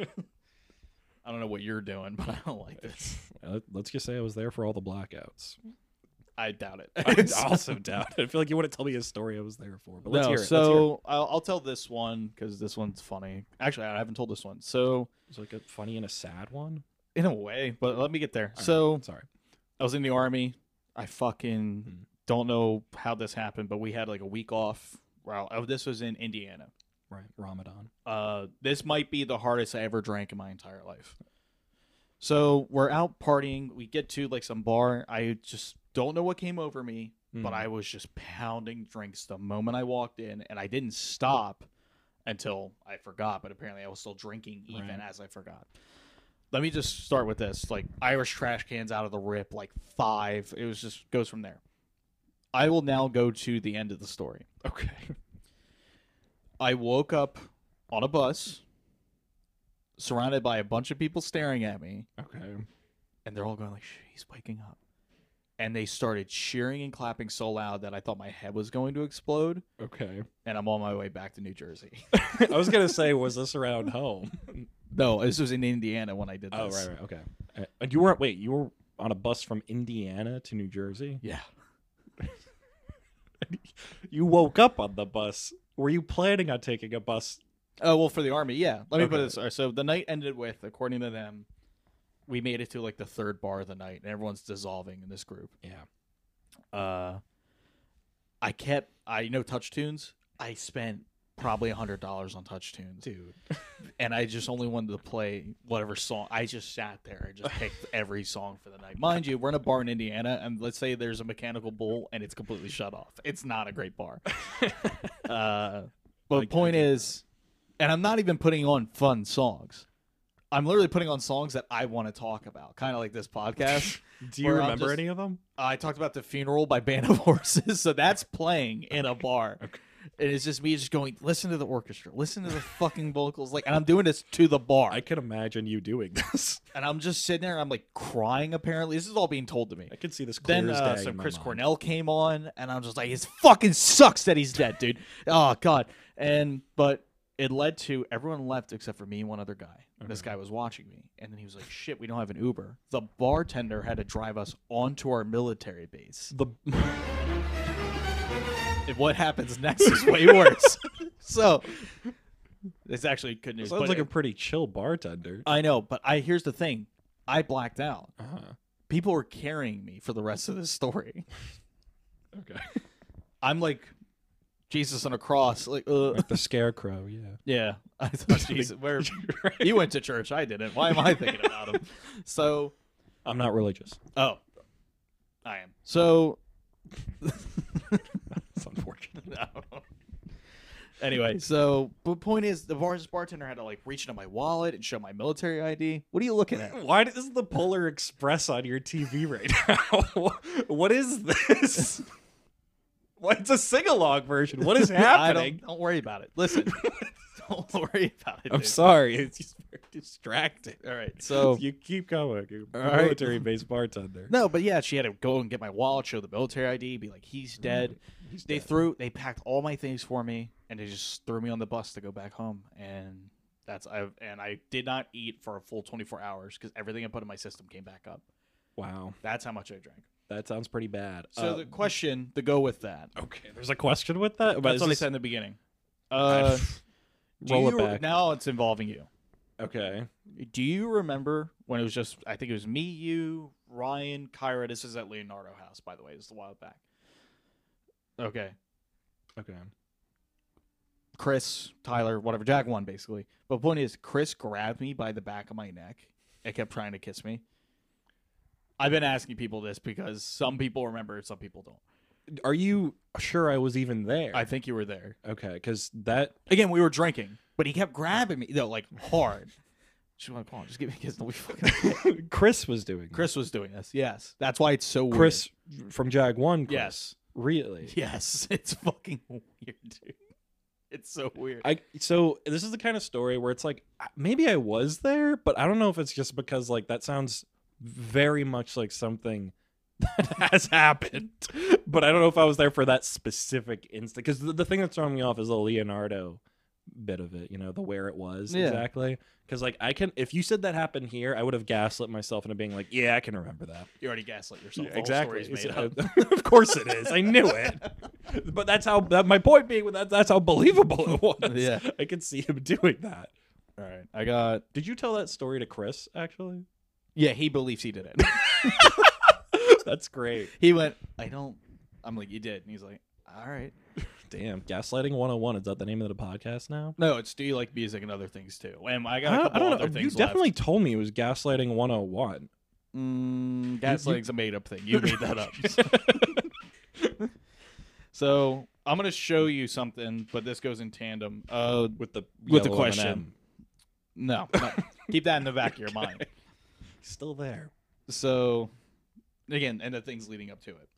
I don't know what you're doing, but I don't like this. Uh, Let's just say I was there for all the blackouts. I doubt it. I also doubt. it. I feel like you want to tell me a story I was there for, but let's no, hear it. Let's hear it. so I'll, I'll tell this one because this one's funny. Actually, I haven't told this one, so It's like a funny and a sad one. in a way, but let me get there. All right, so sorry. I was in the army. I fucking Mhm. don't know how this happened, but we had like a week off. Wow, oh, this was in Indiana. Right, Ramadan. Uh, this might be the hardest I ever drank in my entire life. So we're out partying. We get to like some bar. I just don't know what came over me. Hmm. but I was just pounding drinks the moment I walked in, and I didn't stop until I forgot. But apparently, I was still drinking even Right. as I forgot. Let me just start with this: like Irish trash cans out of the rip, like five. It was just goes from there. I will now go to the end of the story. okay. I woke up on a bus, surrounded by a bunch of people staring at me, Okay. and they're all going like, "She's waking up." And they started cheering and clapping so loud that I thought my head was going to explode. Okay. and I'm on my way back to New Jersey. I was gonna say, was this around home? no, this was in Indiana when I did this. oh, right, right. Okay. Uh, and you weren't. Wait, you were on a bus from Indiana to New Jersey. Yeah. You woke up on the bus. Were you planning on taking a bus? Oh well, for the army, yeah. Let me put Okay. it this: way. so the night ended with, according to them, we made it to like the third bar of the night, and everyone's dissolving in this group. Yeah. Uh, I kept, I you know touch tunes. I spent probably a hundred dollars on touch tunes, Dude. and I just only wanted to play whatever song. I just sat there and just picked every song for the night. Mind you, we're in a bar in Indiana, and let's say there's a mechanical bull, and it's completely shut off. It's not a great bar. Uh, but the point is, and I'm not even putting on fun songs. I'm literally putting on songs that I want to talk about, kind of like this podcast. Do you Where I'm remember just- any of them? I talked about the funeral by Band of Horses, so that's playing in a bar. And it's just me just going, listen to the orchestra, listen to the fucking vocals, like, and I'm doing this to the bar, I can imagine you doing this. and I'm just sitting there, and I'm like crying. Apparently, this is all being told to me. I can see this clear Then as uh, day some in my Chris mind. Cornell came on, and I'm just like, it fucking sucks that he's dead, dude. Oh god. And but it led to everyone left except for me and one other guy. This guy was watching me, and then he was like, "Shit, we don't have an Uber." The bartender had to drive us onto our military base. The And what happens next is way worse. so it's actually good news. sounds but like a it- pretty chill bartender. I know, but I here's the thing: I blacked out. Uh-huh. People were carrying me for the rest of this story. Okay. I'm like Jesus on a cross. Like, uh, the scarecrow, yeah. yeah. I thought Jesus. Where you went to church, I didn't. Why am I thinking about him? So, I'm not religious. oh, I am. So It's unfortunate. anyway, so but point is, the bars bartender had to like reach into my wallet and show my military ID. What are you looking at? Why is the Polar Express on your TV right now? what is this? What, it's a sing along version. What is I happening? Don't, don't worry about it. Listen, don't worry about it. I'm dude. sorry. It's just very distracting. All right, so you keep going. You're All a right. military based bartender. no, but yeah, she had to go and get my wallet, show the military ID, be like, he's Mm-hmm. dead. they threw, they packed all my things for me, and they just threw me on the bus to go back home. And that's I and I did not eat for a full 24 hours because everything I put in my system came back up. Wow. That's how much I drank. That sounds pretty bad. Uh, So the question to go with that. okay, there's a question with that? About- That's is what I this- said in the beginning. Uh, do Roll you- it back. Now it's involving you. Okay. Do you remember when it was just? I think it was me, you, Ryan, Kyra. This is at Leonardo House, by the way. This is a while back. Okay, Okay. Chris, Tyler, whatever. Jack won basically. But point is, Chris grabbed me by the back of my neck and kept trying to kiss me. I've been asking people this because some people remember, and some people don't. Are you sure I was even there? I think you were there. okay, because that Again, we were drinking, but he kept grabbing me though, like hard. She's like, "Paul, just give me a kiss." Don't be fucking. Chris was doing. that. Chris was doing this. Yes, that's why it's so weird. Chris from Jag One. Chris. Yes. Really? Yes, it's fucking weird, dude. It's so weird. I so this is the kind of story where it's like maybe I was there, but I don't know if it's just because like that sounds very much like something that has happened, but I don't know if I was there for that specific instant. Because the, the thing that's throwing me off is the Leonardo bit of it, you know, the where it was Yeah. exactly. Because like I can, if you said that happened here, I would have gaslit myself into being like, yeah, I can remember that. you already gaslit yourself. Yeah, The whole exactly. story's made up. It's- uh, of course it is. I knew it. But that's how. That, my point being that that's how believable it was. Yeah. I could see him doing that. All right, I got. Did you tell that story to Chris? Actually, Yeah, he believes he did it. that's great. he went, "I don't." I'm like, "You did," and he's like, "All right." Damn, gaslighting 101 is that the name of the podcast now? No, it's do you like music and other things too? And I got a I don't, couple I don't other know. You things definitely told me it was gaslighting 101. left. Mm, gaslighting's a made-up thing. You made that up. so I'm gonna show you something, but this goes in tandem. Uh, with the With the yellow question. M&M. no, no. keep that in the back of your mind. Still there. So, again, and the things leading up to it.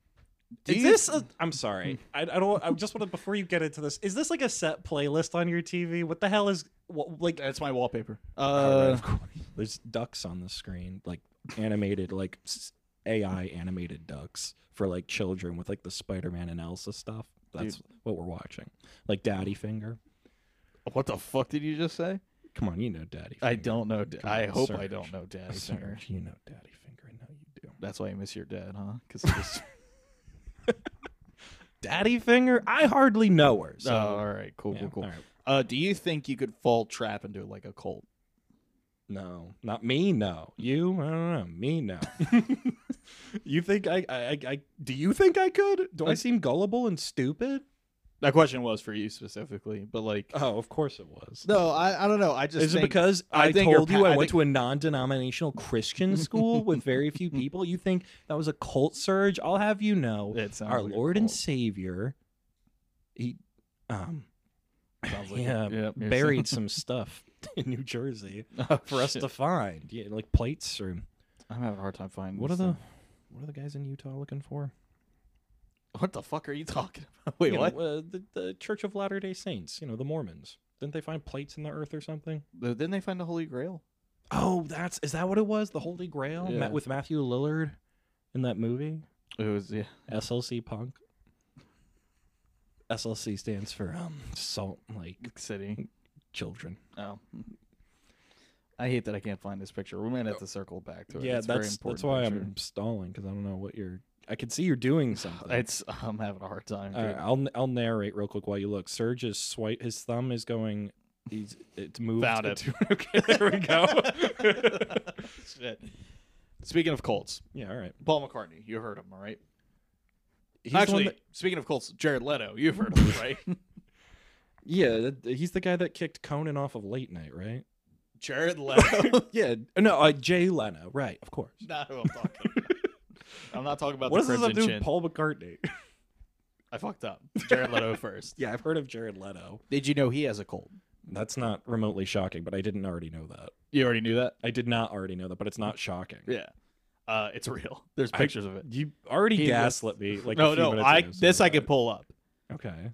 Do Is you- this? A, I'm sorry. I, I don't. I just want to before you get into this. Is this like a set playlist on your TV? What the hell is? What, like That's my wallpaper. Oh, right, Uh, of course. There's ducks on the screen, like animated, like s- AI animated ducks for like children with like the Spider-Man and Elsa stuff. That's what we're watching. Like Daddy Finger. what the fuck did you just say? Come on, you know Daddy. Finger. I don't know. Da- Come I on, hope I search. don't know Daddy Search. Finger. You know Daddy Finger. I know you do. That's why you miss your dad, huh? Because Daddy Finger. I hardly know her. So. oh, all right, cool, yeah, cool, cool. all right. Uh, do you think you could fall trap into like a cult? No, not me. No, you. I don't know. Me. No. you think I, I? I- I. Do you think I could? Do I Uh, seem gullible and stupid? That question was for you specifically, but like, Oh, of course it was. no, I, I don't know. I just Is it think- because I, I think your told you pa- I, I think- went to a non-denominational Christian school with very few people? You think that was a cult surge? I'll have you know, it sounds our like a Lord and cult. Savior, he, um, Sounds like a- yeah, yep, you're buried some stuff in New Jersey for us to find. Yeah, like plates or I'm having a hard time finding. what are this the thing. what are the guys in Utah looking for? What the fuck are you talking about? Wait, You know, what? uh, the, the Church of Latter Day Saints. You know, the Mormons. Didn't they find plates in the earth or something? Didn't they find the Holy Grail? Oh, that's is that what it was? The Holy Grail Yeah. Ma- with Matthew Lillard in that movie? It was yeah. SLC Punk. SLC stands for um Salt Lake City. Children. Oh. I hate that I can't find this picture. We might have to circle back to it. yeah, it's a very that's that's important why picture. I'm stalling because I don't know what you're. I can see you're doing something. It's I'm having a hard time. All right, dude. I'll I'll narrate real quick while you look. Serge is swipe. His thumb is going. He's it's moved. Found it. into- okay, there we go. Shit. Speaking of Colts, yeah, all right. Paul McCartney. You heard him, all right? he's the one Actually, that, speaking of cults, Jared Leto, you've heard of him, right? yeah, that, he's the guy that kicked Conan off of late night, right? Jared Leto. Yeah, no, uh, Jay Leno, right? Of course. not who I'm talking about. I'm not talking about what the is this up crimson to chin. with Paul McCartney? I fucked up. Jared Leto first. yeah, I've heard of Jared Leto. Did you know he has a cold? That's not remotely shocking, but I didn't already know that. You already knew that. I did not already know that, but it's not shocking. Yeah. Uh, it's real. There's I- pictures of it. You already He gaslit me. Like a no, few no. minutes I ago, so this I can uh, pull up. Okay.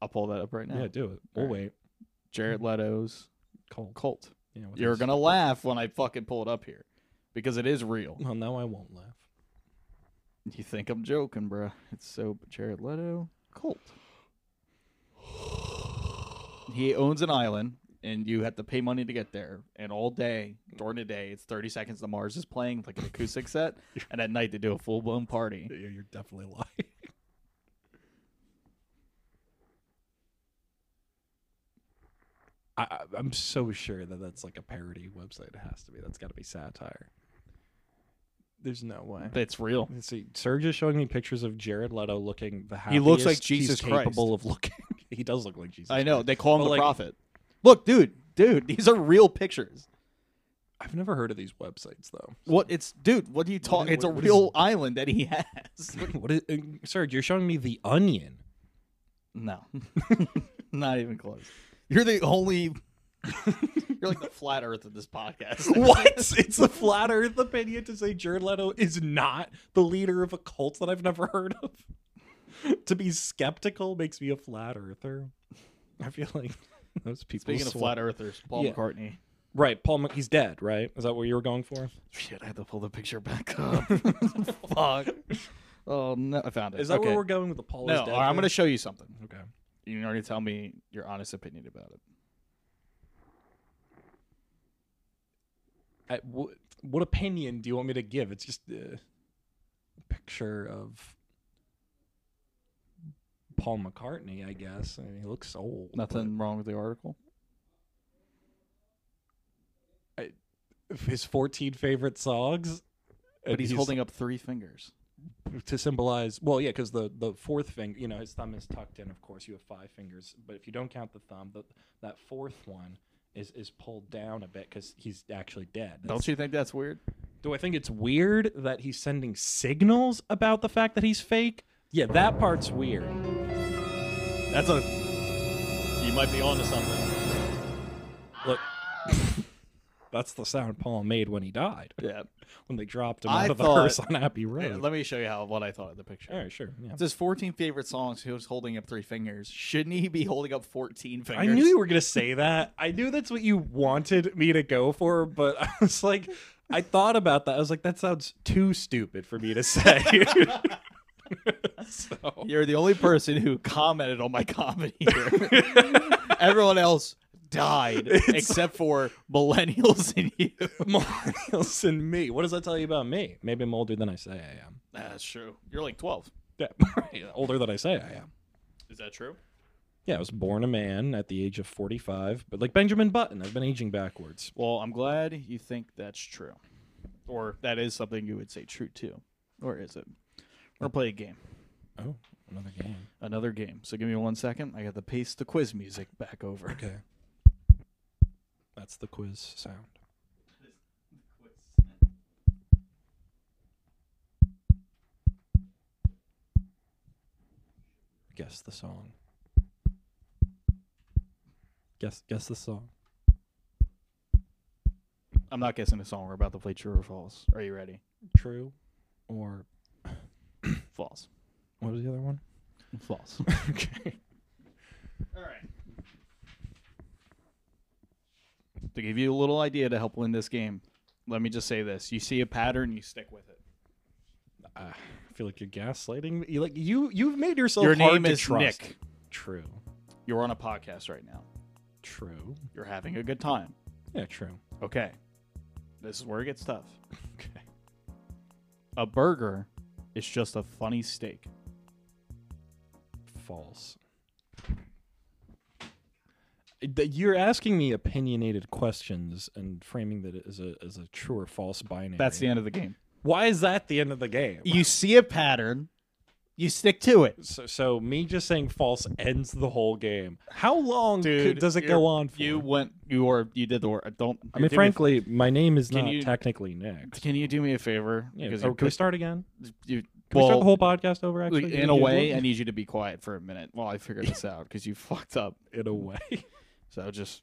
I'll pull that up right now. Yeah, do it. We'll Alright. wait. Jared Leto's Call. cult. Yeah, what You're else? gonna laugh when I fucking pull it up here, because it is real. Well, no, I won't laugh. You think I'm joking, bruh. It's so Jared Leto cult. He owns an island, and you have to pay money to get there. And all day during the day, it's 30 seconds to Mars is playing like an acoustic set, and at night they do a full blown party. Yeah, You're definitely lying. I, I- I'm so sure that that's like a parody website. It has to be. That's got to be satire. There's no way. It's real. Let's see, Serge is showing me pictures of Jared Leto looking the happiest. He looks like he's Jesus Christ. capable of looking. he does look like Jesus. I know Christ. they call him But, the like- prophet. Look, dude, dude, these are real pictures. I've never heard of these websites though. What it's, dude? What are you talking? i- It's a what is- real island that he has. what is, uh, Serge? You're showing me the Onion. No, not even close. You're the only. You're like the flat Earth of this podcast. What? it's a flat Earth opinion to say Jared Leto is not the leader of a cult that I've never heard of. to be skeptical makes me a flat Earther. I feel like those people. Speaking of swear- flat Earthers, Paul Yeah. McCartney. right? Paul, Mc- he's dead, right? Is that what you were going for? Shit, I had to pull the picture back up. Fuck. Oh no, I found it. Is that okay. where we're going with the Paul? No, is all dead right, I'm thing? going to show you something. Okay. You can already tell me your honest opinion about it. I, wh- what opinion do you want me to give? It's just uh, a picture of Paul McCartney, I guess. I mean, he looks old. but Nothing wrong with the article. His 14 favorite songs. But he's, holding up three fingers. to symbolize. Well, yeah, because the the fourth finger, you know, his thumb is tucked in. Of course, you have five fingers, but if you don't count the thumb, the, that fourth one is is pulled down a bit because he's actually dead. That's- Don't you think that's weird? Do I think it's weird that he's sending signals about the fact that he's fake? Yeah, that part's weird. That's a. You might be onto something. Look, that's the sound Paul made when he died, Yeah. when they dropped him I out of thought- the hearse on Abbey Hey, Road. let me show you how what I thought of the picture. All right, sure. Yeah. It says 14 favorite songs. He was holding up three fingers. Shouldn't he be holding up 14 I fingers? knew you were gonna say that. I knew that's what you wanted me to go for, but I was like, I thought about that. I was like, that sounds too stupid for me to say. so You're the only person who commented on my comment here. Everyone else died except for millennials and you. millennials and me. What does that tell you about me? Maybe I'm older than I say I am. That's true. You're like 12. Yeah, right. older than I say I am. Is that true? Yeah, I was born a man at the age of 45, but like Benjamin Button, I've been aging backwards. Well, I'm glad you think that's true. Or that is something you would say true to. Or is it? We're going to play a game. Oh, another game. Another game. So give me one second. I got to paste the quiz music back over. Okay. That's the quiz sound. Guess the song. Guess guess the song. I'm not guessing the song. We're about to play true or false. Are you ready? True or False. what was the other one? False. okay. All right. To give you a little idea to help win this game, let me just say this: you see a pattern, you stick with it. I feel like you're gaslighting me. You like you you've made yourself Your hard name to is trust. Nick. True. You're on a podcast right now. True. You're having a good time. Yeah, true. Okay. This is where it gets tough. Okay. A burger is just a funny steak. false. That You're asking me opinionated questions and framing that as a as a true or false binary. That's the end of the game. why is that the end of the game? You see a pattern, You stick to it. So, so me just saying false ends the whole game. How long Dude, could, does it you're- go on for? You went. You were. You did the work. I Don't. I mean, do me a- frankly, my name is Can not you- technically Nick. can you do me a favor? Yeah, Because or you're can we piss- start again? you- Can well, we start the whole podcast over? like, Actually, in a way, I need you to be quiet for a minute while I figure this out because you fucked up. in a way. So just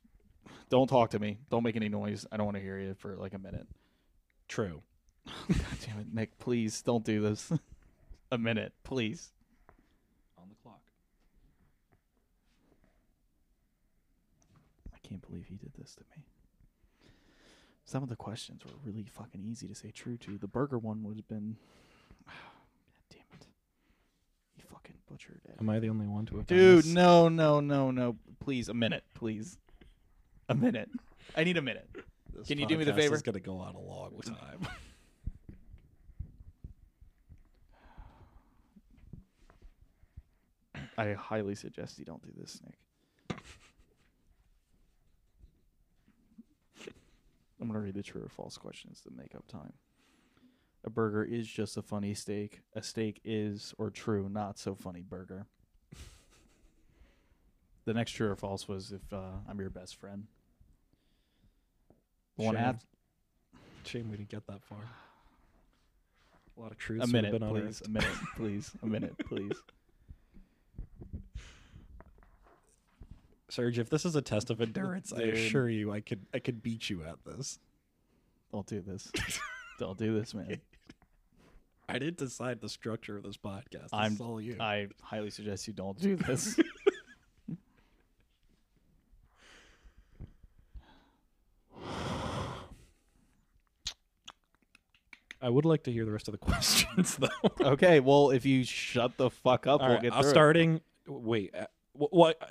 don't talk to me. Don't make any noise. I don't want to hear you for like a minute. True. God damn it, Nick! Please don't do this. a minute, please. On the clock. I can't believe he did this to me. Some of the questions were really fucking easy to say true to. The burger one would have been. God damn it! He fucking butchered it. Am I the only one to have done Dude, this? no, no, no, no. Please, a minute, please. A minute. I need a minute. This Can you do me the podcast favor? Is gonna go on a long time. I highly suggest you don't do this, Nick. I'm gonna read the true or false questions to make up time. A burger is just a funny steak. A steak is or true, not so funny burger. the next true or false was if uh, I'm your best friend. The One Shame. after Shame we didn't get that far. A lot of truths. a would have minute, been please. A unearthed. minute, please. A minute, please. Serge, if this is a test of endurance, I Dude. assure you, I could I could beat you at this. Don't do this. Don't do this, man. I didn't decide the structure of this podcast. This I'm- is all you. I highly suggest you don't do this. I would like to hear the rest of the questions, though. okay, well, if you shut the fuck up, All we'll right, get I'm through starting. Wait, uh, wh- what?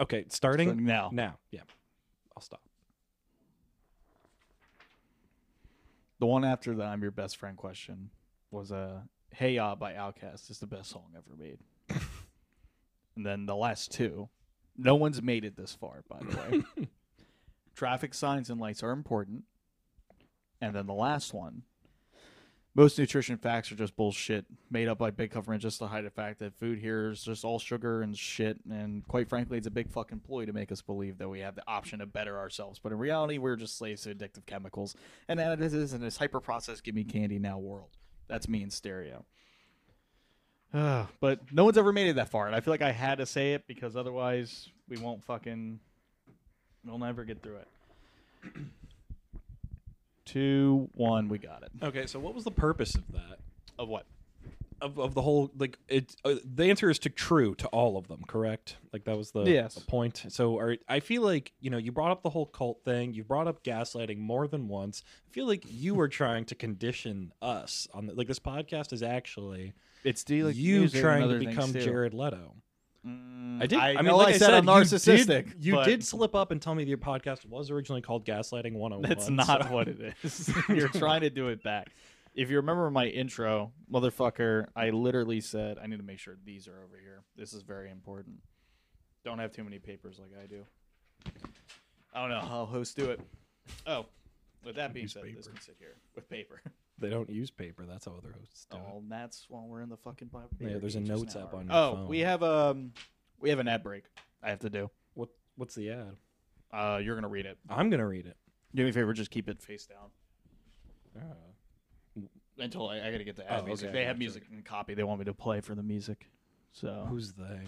Okay, it. starting So now. now. Yeah, I'll stop. The one after the "I'm your best friend" question was uh, "Hey Ya" by Outkast is the best song ever made. and then the last two, no one's made it this far, by the way. Traffic signs and lights are important. And then the last one, most nutrition facts are just bullshit made up by big government just to hide the fact that food here is just all sugar and shit. And quite frankly, it's a big fucking ploy to make us believe that we have the option to better ourselves. But in reality, we're just slaves to addictive chemicals. And that is in this hyper processed give me candy now world. That's me in stereo. Ah, but no one's ever made it that far. And I feel like I had to say it because otherwise we won't fucking. We'll never get through it. Two, one, we got it. Okay, so what was the purpose of that? Of what? Of, of the whole like it uh, the answer is to true to all of them correct like that was the, Yes. the point so are, i feel like you know you brought up the whole cult thing you brought up gaslighting more than once i feel like you were trying to condition us on the, like this podcast is actually It's dealing you trying to become jared leto I did. I, mean, know Mm, I like I said said, I'm You narcissistic, did, you but- did slip up and tell me your podcast was originally called Gaslighting 101. That's so- not what it is. You're trying to do it back. If you remember my intro, motherfucker, I literally said I need to make sure these are over here. This is very important. Don't have too many papers like I do. I don't know how hosts do it. Oh, with that being Use said, this paper. can sit here with paper. They don't use paper. That's how other hosts do. Oh, and that's while we're in the fucking Bible. Yeah, there's a notes app on your Oh, phone. we have um, we have an ad break. I have to do. What What's the ad? Uh, you're gonna read it. I'm gonna read it. Do me a favor, just keep it face down Uh, until I, I gotta get the Oh, ad okay, music. I They got have you. music and copy. They want me to play for the music, so who's they?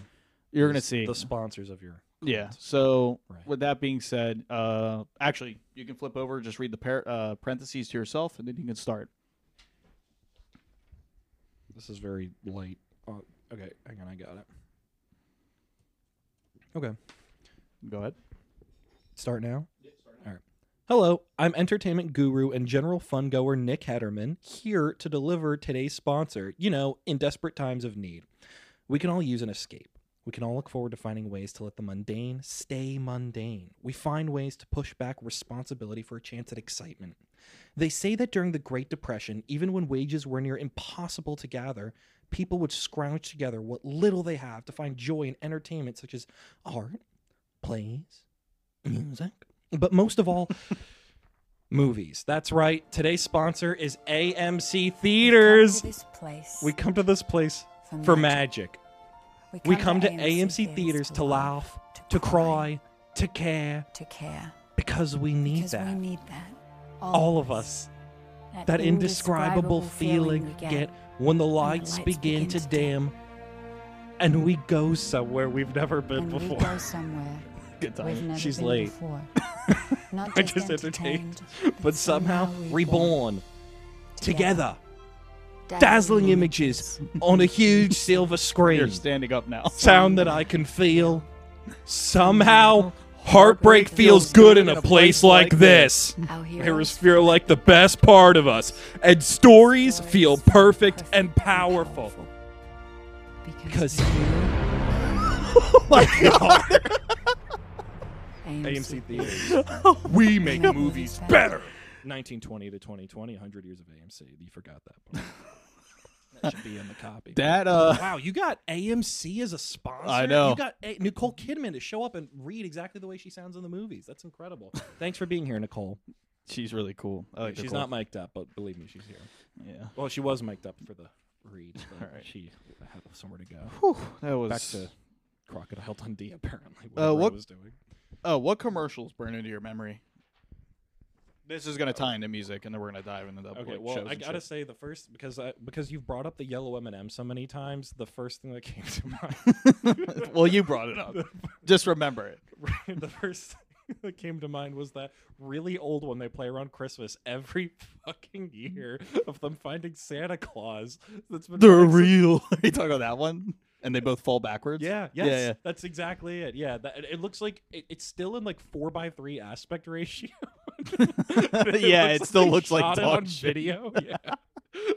you're gonna Who's see. the sponsors of your. yeah. cult? So Right. with that being said, uh, actually, you can flip over, just read the par- uh, parentheses to yourself, and then you can start. This is very light. Oh, okay, hang on, I got it. Okay. Go ahead. Start now? All right. Hello, I'm entertainment guru and general fun goer Nick Hederman here to deliver today's sponsor, you know, in desperate times of need. We can all use an escape. We can all look forward to finding ways to let the mundane stay mundane. We find ways to push back responsibility for a chance at excitement. They say that during the Great Depression, even when wages were near impossible to gather, people would scrounge together what little they have to find joy in entertainment such as art, plays, music, but most of all, movies. That's right. Today's sponsor is AMC Theaters. This place. We come to this place for, for magic. magic. We come to AMC theaters to laugh, to cry, to care, to care, because we need because we that. need that. All of us. That indescribable feeling we get when the lights lights begin begin to to dim and we go somewhere we've never been when we go before. somewhere Good we've never She's been late, before. Not I just just entertained, entertained, but somehow reborn together. Dazzling images on a huge silver You're screen. standing up now. Sound that I can feel. Somehow, heartbreak feels good in a place like this. Our heroes Heroes feel like the best part of us, and stories feel perfect and powerful. Because you. oh my god! AMC theaters. we make Make movies movies better! 1920 to 2020, 100 years of AMC. You forgot that part. that should be in the copy. That uh, Wow, you got AMC as a sponsor. I know. You got a- Nicole Kidman to show up and read exactly the way she sounds in the movies. That's incredible. Thanks for being here, Nicole. she's really cool. I like she's Nicole. not mic'd up, but believe me, she's here. Yeah, Well, she was mic'd up for the read, but All right. she had somewhere to go. that was. Back to Crocodile Dundee, apparently. Uh, whatever I what- was doing. Oh, what commercials burn into your memory? This is gonna tie into music, and then we're gonna dive into that. Okay, like, shows well, I and gotta shit. say the first because I, because you've brought up the yellow M and M so many times, the first thing that came to mind, well, you brought it up. Just remember it. the first thing that came to mind was that really old one they play around Christmas every fucking year of them finding Santa Claus. That's been They're running since- real. Are you talking about that one? And they both fall backwards. Yeah, Yeah, yes, yeah. that's exactly it. Yeah, that, it- it looks like it, it's still in like four by three aspect ratio. yeah, Yeah, it still looks like shot it dog on shit. video. Yeah,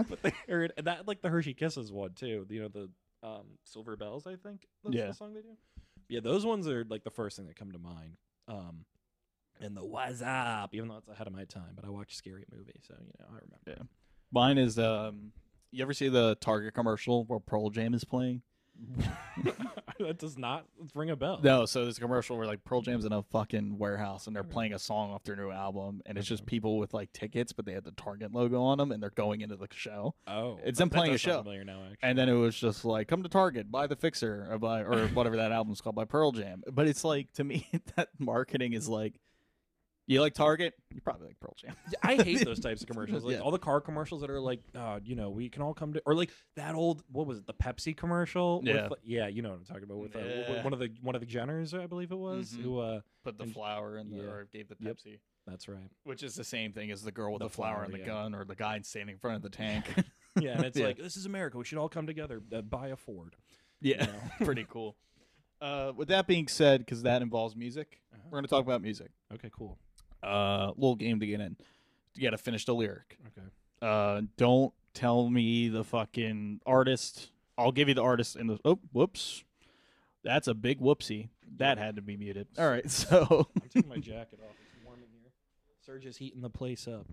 but they are in- and that like the Hershey Kisses one too. You know the um, Silver Bells, I think. That's Yeah. the song they do. Yeah, those ones are like the first thing that come to mind. Um, and the What's Up, even though it's ahead of my time, but I watched a scary movie, so you know I remember. Yeah. Mine is um. You ever see the Target commercial where Pearl Jam is playing? that does not ring a bell. No, so there's a commercial where like Pearl Jam's in a fucking warehouse and they're Okay. playing a song off their new album, and it's Mm-hmm. just people with like tickets, but they had the Target logo on them, and they're going into the show. oh, It's that- them that playing a does sound show. Familiar now, actually. And then it was just like, come to Target, buy the Fixer, or buy or whatever that album's called by Pearl Jam. But it's like to me that marketing is like, you like Target, you probably like Pearl Jam. I hate those types of commercials. Like Yeah. all the car commercials that are like, uh, you know, we can all come to, or like that old what was it, the Pepsi commercial? Yeah. with, like- yeah, you know what I'm talking about with uh, w- Yeah. one of the one of the Jenners, I believe it was. Mhm. Who? uh Put the And- flower in the yeah. or gave the Yep. Pepsi, That's right. which is the same thing as the girl with The the, flower flower, and the yeah. gun, or the guy standing in front of the tank. Yeah, and it's Yeah. like this is America. We should all come together. Uh, buy a Ford. yeah, know. pretty cool. Uh, with that being said, because that involves music, Uh-huh. we're gonna talk about music. Okay, cool. Uh, little game to get in. You gotta finish the lyric. Okay. uh, don't tell me the fucking artist. I'll give you the artist in the. Oh, whoops. That's a big whoopsie. That had to be muted. All right, so I'm taking my jacket off. It's warm in here. Surge is heating the place up.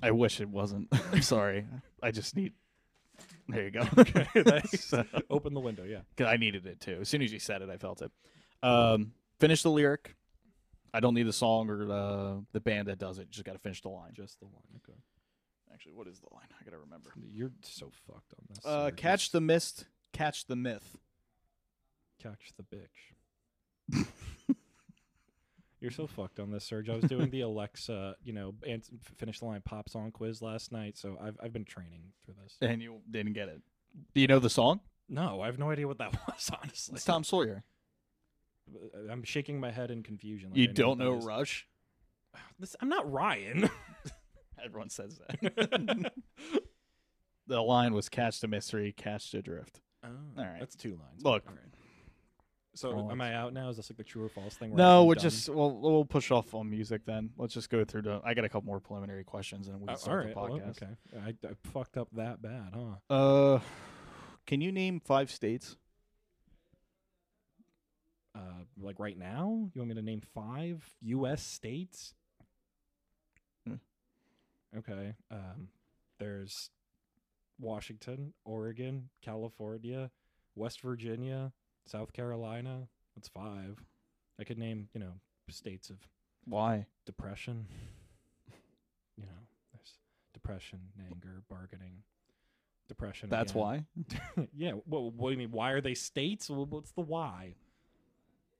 I wish it wasn't. I'm sorry. I just need. There you go. thanks. So- Open the window. Yeah. 'cause I needed it too. As soon as you said it, I felt it. Um, finish the lyric. I don't need the song or the the band that does it. Just got to finish the line. Just the one. Okay. Actually, what is the line? I gotta remember. You're so fucked on this. Uh, Surge. catch the mist. Catch the myth. Catch the bitch. You're so fucked on this, Serge. I was doing the Alexa, you know, and f- finish the line pop song quiz last night, so I've I've been training for this. And you didn't get it. Do you know the song? No, I have no idea what that was. Honestly, It's Tom Sawyer. Uh, I'm shaking my head in confusion. like You I don't what that know is. Rush? This- I'm not Ryan. Everyone says that. the line was catch the mystery, catch the drift. oh, right. that's two lines. Look. All right. so All am lines. I out now? Is this like the true or false thing? where Oh, No, I'm we'll done? just we'll, we'll push off on music then. Let's just go through the. I got a couple more preliminary questions and we Uh, can all start right. the well, podcast. okay. I, I fucked up that bad, huh? Uh, can you name five states? uh, like right now? You want me to name five U.S. states? Hmm. Okay. Um, there's Washington, Oregon, California, West Virginia, South Carolina. That's five. I could name, you know, states of Why? depression. You know, there's depression, anger, bargaining, Depression. That's again. why. yeah. What, what do you mean? Why are they states? Well, What's the why?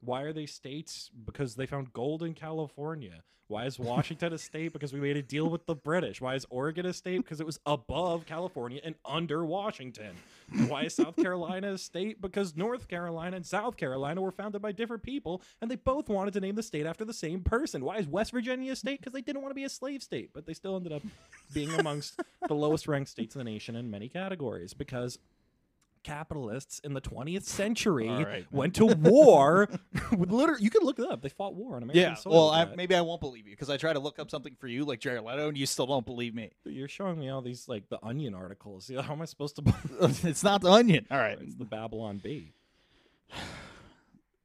Why are they states? Because they found gold in California. Why is Washington a state? Because we made a deal with the British. Why is Oregon a state? Because it was above California and under Washington. And why is South Carolina a state? Because North Carolina and South Carolina were founded by different people and they both wanted to name the state after the same person. Why is West Virginia a state? Because they didn't want to be a slave state, but they still ended up being amongst the lowest ranked states in the nation in many categories because capitalists in the 20th century right, went to war with literally you can look it up they fought war on american Yeah. soil Well, with I, that. maybe I won't believe you because I try to look up something for you, like Jared Leto, and you still don't believe me. you're showing me all these like the onion articles how am i supposed to believe it's not the Onion. All right. it's the babylon bee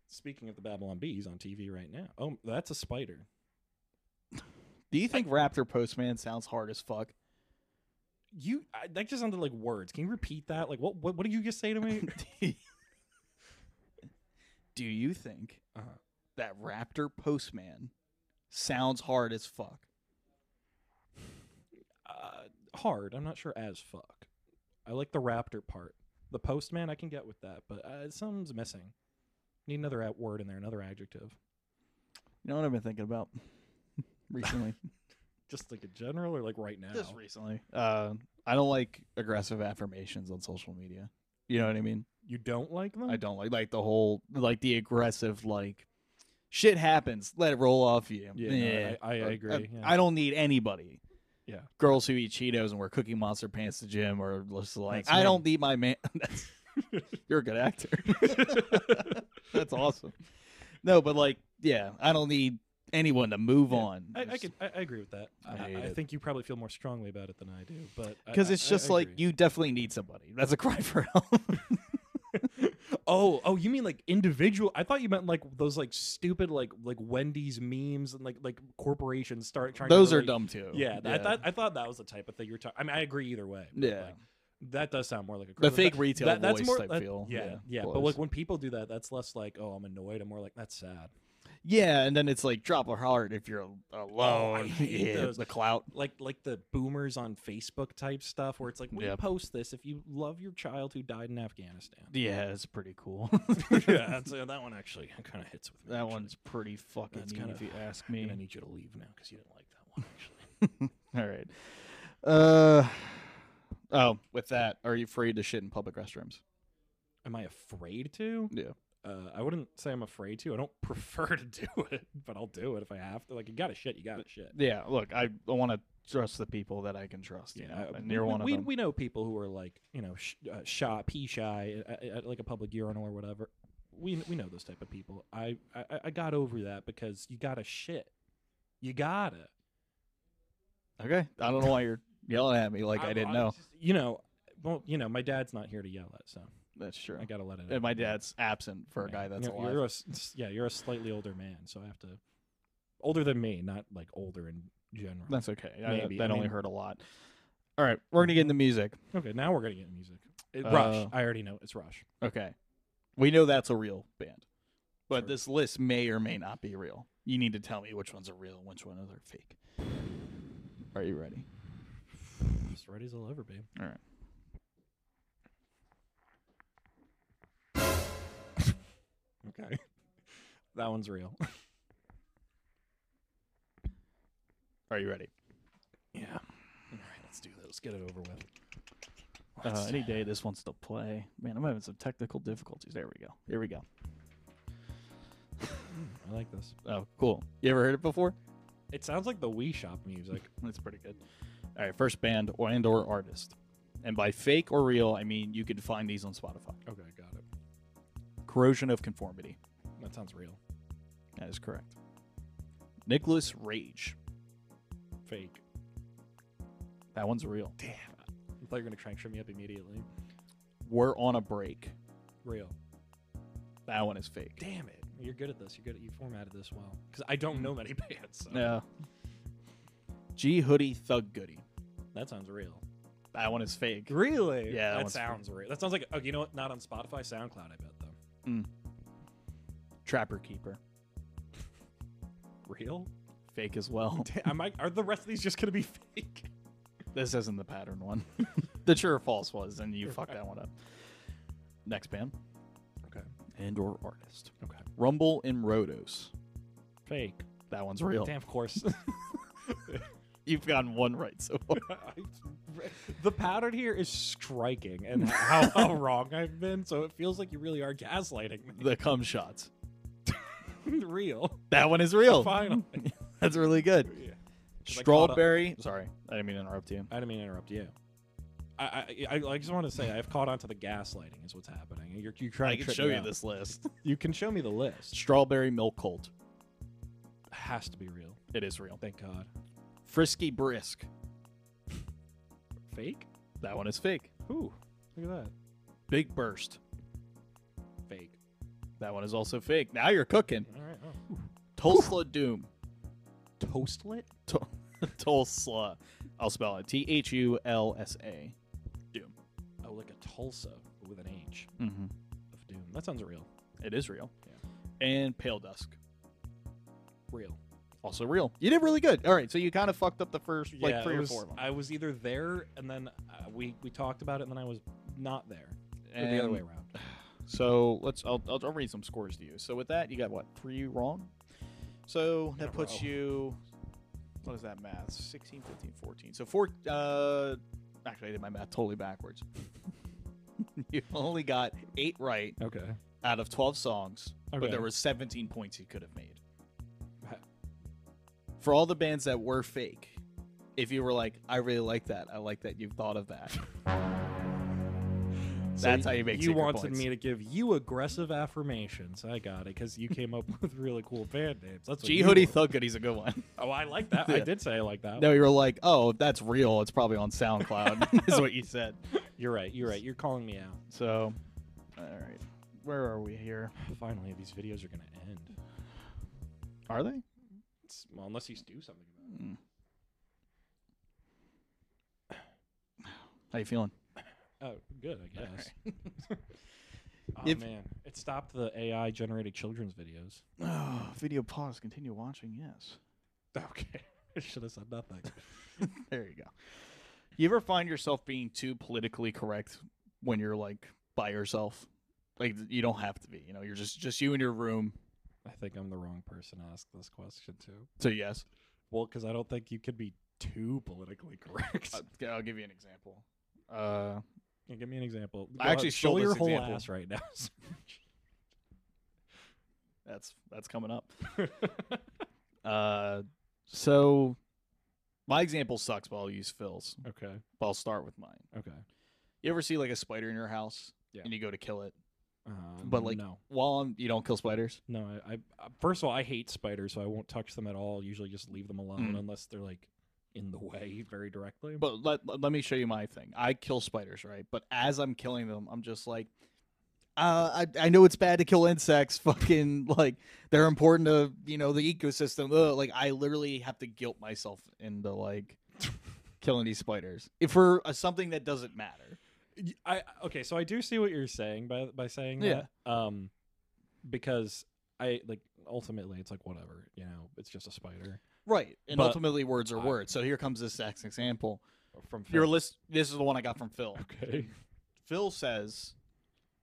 speaking of the babylon bee he's on tv right now oh that's a spider Do you think Raptor Postman sounds hard as fuck? you I, that just sounded like words can you repeat that like what what, what did you just say to me Do you think uh-huh. that Raptor Postman sounds hard as fuck? uh, hard. I'm not sure as fuck. I like the raptor part. The postman, I can get with that, but uh, something's missing. Need another ad- word in there, another adjective. You know what I've been thinking about recently? Just like a general or like right now. Just recently. Uh, I don't like aggressive affirmations on social media. You know what I mean? you don't like them? I don't like like the whole like the aggressive like shit happens. Let it roll off you. Yeah, no, I- I Uh, agree, uh, yeah. I don't need anybody. Yeah. Girls who eat Cheetos and wear Cookie Monster pants to gym or just like That's I me. don't need my man. That's, you're a good actor. That's awesome. No, but like yeah, I don't need anyone to move Yeah, on. I, I, could, I, I agree with that. I I, hate I it. think you probably feel more strongly about it than I do, but I- because I- it's I- just I like agree. you definitely need somebody. That's a cry for help. Oh, oh, you mean like individual? I thought you meant like those like stupid like like Wendy's memes and like like corporations start trying. Those to are relate- dumb too. Yeah, I thought I thought that was the type of thing you were talking. I mean, I agree either way. but, Yeah. like, that does sound more like a the criticism. fake That- retail that- voice type that- feel. Yeah, yeah. But voice. like when people do that, that's less like, oh, I'm annoyed. I'm more like, that's sad. Yeah, and then it's like drop a heart if you're Oh, I alone. hate yeah, those. the clout. Like like the boomers on Facebook type stuff, where it's like, we Yep. post this if you love your child who died in Afghanistan. Yeah, it's pretty cool. yeah, that's, uh, that one actually kind of hits with me. that actually. one's pretty fucking That's mean kinda- if you ask I'm me. gonna need you to leave now because you didn't like that one. Actually, All right. Uh oh, with that, are you afraid to shit in public restrooms? am I afraid to? Yeah. Uh, I wouldn't say I'm afraid to. I don't prefer to do it, but I'll do it if I have to. Like, you gotta shit. You gotta shit. Yeah, look, I, I want to trust the people that I can trust. You Yeah, know, I- and you're we, one of we, them. we know people who are like you know sh- uh, shy, pee shy at, at, at like a public urinal or whatever. We we know those type of people. I I, I got over that because you gotta shit. You gotta. okay, I don't know why you're yelling at me like I, didn't know. just- you know, well, you know, my dad's not here to yell at, so That's true. I gotta let it. out. And my dad's absent for a guy that's you know, alive. You're a s yeah, you're a slightly older man, so I have to. Older than me, not like older in general. That's okay. I- Maybe, that I only mean- hurt a lot. All right, we're gonna get into music. okay, now we're gonna get music. It- Uh, Rush. I already know it's Rush. Okay. We know that's a real band. But Sure. this list may or may not be real. You need to tell me which ones are real and which ones are fake. Are you ready? As ready as I'll ever be. All right. Okay. That one's real. Are you ready? Yeah. All right, let's do this. Let's get it over with. Uh, any day this wants to play. Man, I'm having some technical difficulties. There we go. Here we go. I like this. Oh, cool. You ever heard it before? It sounds like the Wii Shop music. That's pretty good. All right, first band or and or artist. And by fake or real, I mean you can find these on Spotify. okay, got it. Corrosion of Conformity. That sounds real. That is correct. Nicholas Rage. Fake. That one's real. Damn. I thought you were gonna crank me up immediately. We're on a break. Real. That one is fake. Damn it. You're good at this. You're good at you formatted this well. Because I don't know many bands. So. No. G Hoodie Thug Goody. That sounds real. That one is fake. Really? Yeah, that That one's sounds real. That sounds like oh, you know what? Not on Spotify, SoundCloud. I bet though. Trapper Keeper. Real? Fake as well. Damn, am I, are the rest of these just gonna be fake? this isn't the pattern one. the true or false was, and you fucked that one up. Next band Okay. and or artist. Okay. Rumble in Rodos. Fake. That one's real. Damn, of course. You've gotten one right so far. the pattern here is striking, and how, how wrong I've been. So it feels like you really are gaslighting me. the cum shots. Real. That one is real. Finally. That's really good. Yeah. 'Cause I caught up- Strawberry. Sorry, I didn't mean to interrupt you. I didn't mean to interrupt you. I, I, I I just want to say I've caught on to the gaslighting is what's happening. You're, you're trying I to can trick show me you out. this list. You can show me the list. Strawberry Milk Cult. has to be real. It is real. Thank God. Frisky Brisk. Fake? That one is fake. Ooh, look at that. Big Burst. Fake. That one is also fake. Now you're cooking. All right. Tulsa Doom. Toastlet? Tul- Tulsa. I'll spell it. T H U L S A. Doom. Oh, like a Tulsa but with an H Mm-hmm. of doom. That sounds real. It is real. And Pale Dusk. Real. Also real. You did really good. All right, so you kind of fucked up the first like Yeah, three it or was- four of them. I was either there and then uh, we we talked about it and then I was not there. Or the other And way around. So let's. I'll, I'll, I'll read some scores to you. So with that, you got what three wrong. So In a that puts row. you. What is that math? 16, 15, 14. So four. Uh, actually, I did my math totally backwards. you only got eight right Okay. out of twelve songs, Okay. but there were seventeen points you could have made. Ha- For all the bands that were fake, if you were like, "I really like that. I like that you've thought of that." That's how you make You secret wanted points. me to give you aggressive affirmations. I got it because you came up with really cool band names. That's what G you Hoodie were. Thug Goody's a good one. Oh, I like that. I Yeah. did say I like that. No, you were like, oh, if that's real, it's probably on SoundCloud, is what you said. You're right. You're right. You're calling me out. So, all right. Where are we here? Finally, these videos are gonna end. Are they? It's, well, unless you do something about How you feeling? it. Oh, good. I guess. oh If- man, it stopped the AI generated children's videos. Oh, video pause. Continue watching. Yes. Okay. I should have said nothing. There you go. You ever find yourself being too politically correct when you're like by yourself? Like you don't have to be. You know, you're just just you in your room. I think I'm the wrong person to ask this question to. So yes, Well, because I don't think you could be too politically correct. Uh, okay, I'll give you an example. Uh, Yeah, give me an example. I Go actually out- show stole your this whole example. ass right now. that's that's coming up. Uh, so my example sucks, but I'll use Phil's. okay. But I'll start with mine. Okay. You ever see like a spider in your house Yeah. and you go to kill it? Um, But, like- no, While I'm, you don't kill spiders. no. I, I uh, first of all, I hate spiders, so I won't touch them at all. Usually, just leave them alone Mm. unless they're like in the way very directly. But let, let me show you my thing. I kill spiders, right? But as I'm killing them, I'm just like, uh, I, I know it's bad to kill insects. Fucking like they're important to you know the ecosystem. Ugh, like I literally have to guilt myself into like killing these spiders if for uh, something that doesn't matter. Y- I okay, so I do see what you're saying by by saying Yeah. that. Um, because I like ultimately it's like whatever, you know, it's just a spider Right. And But- ultimately, words are I- words. So here comes this next example. from Your film. list. This is the one I got from Phil. Okay, Phil says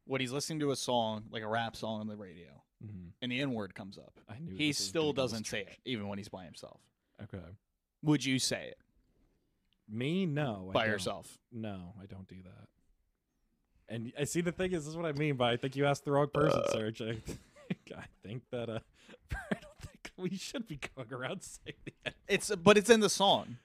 when he's listening to a song, like a rap song on the radio, Mhm. and the N word comes up. I knew He this was still gonna be doesn't this- say it, even when he's by himself. Okay, Would you say it me no I by don't. yourself? No, I don't do that. And I see the thing is, this is what I mean by I think you asked the wrong person, Uh. Serge. I think, I think that uh, I don't think we should be going around saying that. It's but it's in the song.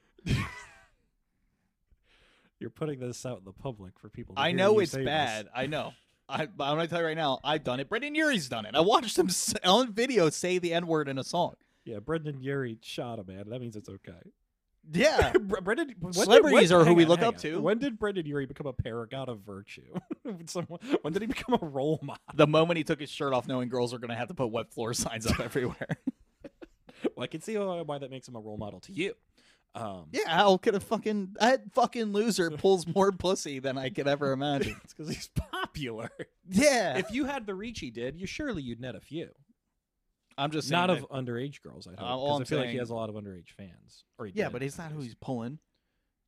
You're putting this out in the public for people. To I hear know you it's say this. bad. I know. I, but I'm gonna tell you right now. I've done it. Brendan Urie's done it. I watched him s- on video say the N word in a song. Yeah, Brendan Yuri shot a man. That means it's okay. Yeah. Bre- Brendan, when did- Celebrities when- are who hang we on, look hang up on. to. When did Brendan Yuri become a paragon of virtue? Someone- when did he become a role model? the moment he took his shirt off, knowing girls are gonna have to put wet floor signs up everywhere. Well, I can see why why that makes him a role model to you. Um, Yeah, how could a fucking that fucking loser pulls more pussy than I could ever imagine? it's because he's popular. Yeah, if you had the reach he did, you surely you'd net a few. I'm just Not saying of that- underage girls, I hope. Uh, all 'cause I'm I feel like he saying- has a lot of underage fans. Or he yeah, did but in it's that not who case. he's pulling.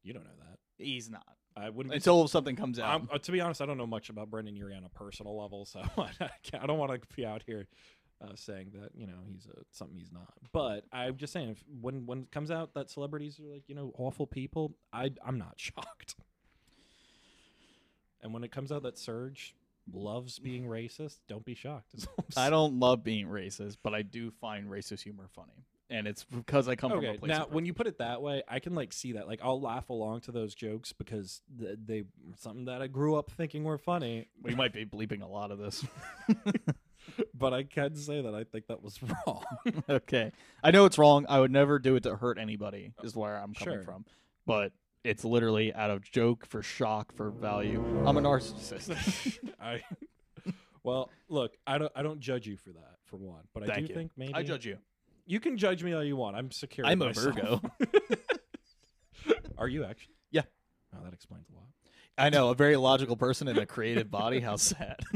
You don't know that. He's not. I wouldn't. be until something comes out. I'm, uh, to be honest, I don't know much about Brendan Urie on a personal level, so I can't- I don't want to be out here uh, saying that you know he's a, something he's not. But I'm just saying, if, when when it comes out that celebrities are like you know awful people, I I'm not shocked. And when it comes out that Serge loves being racist, don't be shocked. Is all I'm I saying. don't love being racist, but I do find racist humor funny, and it's because I come from a Okay, place. now of when you put it that way, I can like see that. Like I'll laugh along to those jokes because th- they something that I grew up thinking were funny. we might be bleeping a lot of this. But I can say that I think that was wrong. okay, I know it's wrong. I would never do it to hurt anybody. Is where I'm coming Sure. from, but it's literally out of joke for shock for value. I'm a narcissist. I well, look, I don't I don't judge you for that for one, but I Thank do you. think maybe I judge you. You can judge me all you want. I'm secure. I'm with a myself. Virgo. Are you actually? Yeah. Oh, that explains a lot. I know a very logical person in a creative body. How sad.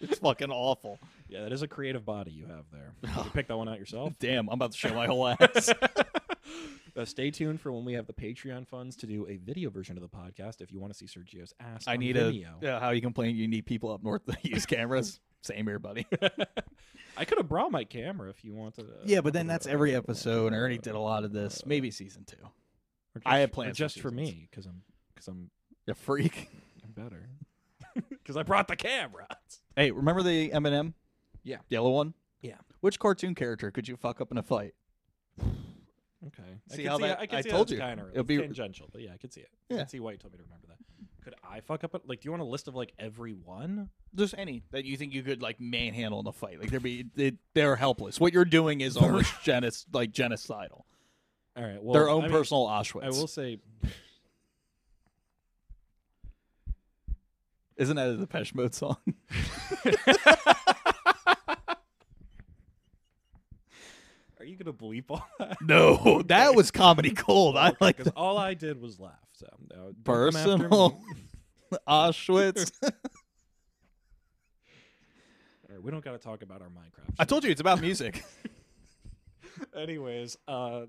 it's fucking awful. Yeah, that is a creative body you have there. Did you pick that one out yourself. Damn, I'm about to show my whole ass. Uh, stay tuned for when we have the Patreon funds to do a video version of the podcast. If you want to see Sergio's ass, I on need a video. yeah, how you complain you need people up north that use cameras. Same here, buddy. I could have brought my camera if you wanted. To, yeah, but then that's every episode. and I already did a lot of this. Maybe season two. Or just, I have or plans for just for seasons. me because I'm because I'm, You freak. I'm better because I brought the camera. Hey, remember the Eminem? Yeah. Yellow one? Yeah. Which cartoon character could you fuck up in a fight? Okay. See I can how see that- I, can I see told that's you. Kind of, It'll be- tangential, but yeah, I could see it. I Yeah. can see why you told me to remember that. Could I fuck up? a- Like, do you want a list of like every one? Just any that you think you could like manhandle in a fight. Like they're be they, they're helpless. What you're doing is almost genis, like genocidal. All right. Well, Their own I mean, personal Auschwitz. I will say, Isn't that a Depeche Mode song? are you gonna bleep all that? No, that was comedy gold. I like because all I did was laugh. So uh, don't come after me. personal Auschwitz. All right, we don't got to talk about our Minecraft. I told you it's about music. Anyways, uh,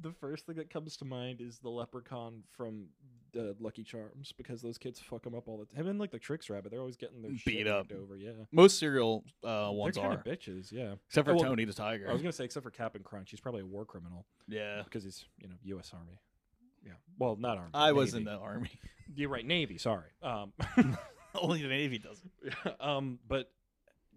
the first thing that comes to mind is the leprechaun from uh, Lucky Charms because those kids fuck him up all the time. Him and like the Tricks Rabbit, they're always getting their shit Beat up. kicked over. Yeah, Most serial uh, ones they're kind are, of bitches. Yeah, except for Oh, well, Tony the I Tiger. was gonna say except for Captain Crunch, he's probably a war criminal Yeah, because he's you know U.S. Army. Yeah, well, not Army. I was in Navy. the army. You're right, Navy. Sorry. Um, Only the Navy doesn't. um, but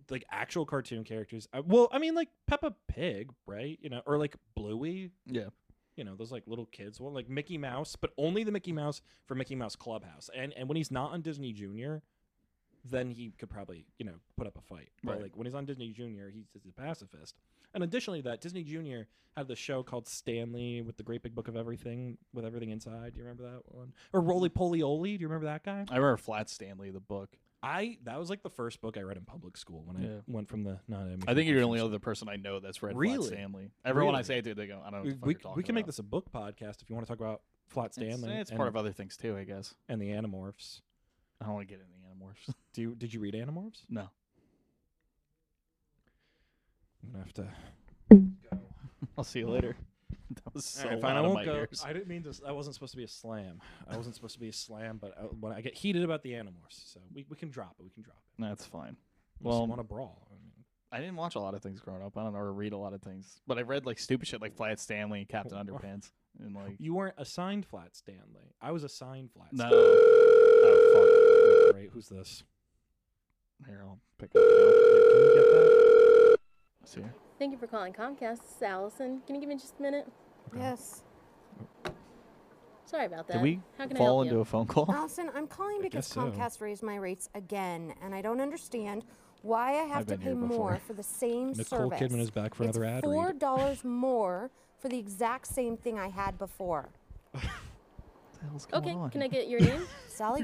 like actual cartoon characters. I, well, I mean, like Peppa Pig, right? You know, or like Bluey. Yeah. You know, those like little kids. Well, like Mickey Mouse, but only the Mickey Mouse for Mickey Mouse Clubhouse. And and when he's not on Disney Junior, then he could probably you know put up a fight. But Right. like when he's on Disney Junior, he's just a pacifist. And additionally, to that Disney Junior had the show called Stanley with the Great Big Book of Everything with everything inside. Do you remember that one? Or Roly Poly Oly? Do you remember that guy? I remember Flat Stanley, the book. I that was like the first book I read in public school when I Yeah. went from the not. I think you're the only other person I know that's read Really? Flat Stanley. Everyone I Really? say it to, they go, I don't know. What the We, fuck we- you're talking we can make about." this a book podcast if you want to talk about Flat It's- eh, Stanley. It's, and, part of other things too, I guess. and the Animorphs. I don't want to get in the animorphs. Do you, did you read Animorphs? No. I'm gonna have to. I'll see you later. That was so Alright, loud I in won't my go. ears. I didn't mean to. s- That wasn't supposed to be a slam. I wasn't supposed to be a slam, but I, when I get heated about the Animorphs, so we, we can drop it. We can drop it. That's fine. Unless Well- you want to brawl? I mean, I didn't watch a lot of things growing up. I don't know or read a lot of things, but I read like stupid shit like Flat Stanley, Captain Wha- Underpants, and like you weren't assigned Flat Stanley. I was assigned Flat. no. Stanley. Oh, fuck. Great. Who's this? Here I'll pick up. now. Can you get that? See, Thank you for calling Comcast. This is Allison. Can you give me just a minute? Yes. Sorry about that. did we How can fall I help into you? a phone call? Allison, I'm calling because guess so. Comcast raised my rates again, and I don't understand why I have I've to been pay here before. more for the same Nicole service. Kidman is back for it's another ad read. Four dollars more for the exact same thing I had before. okay, can I get your name? Sally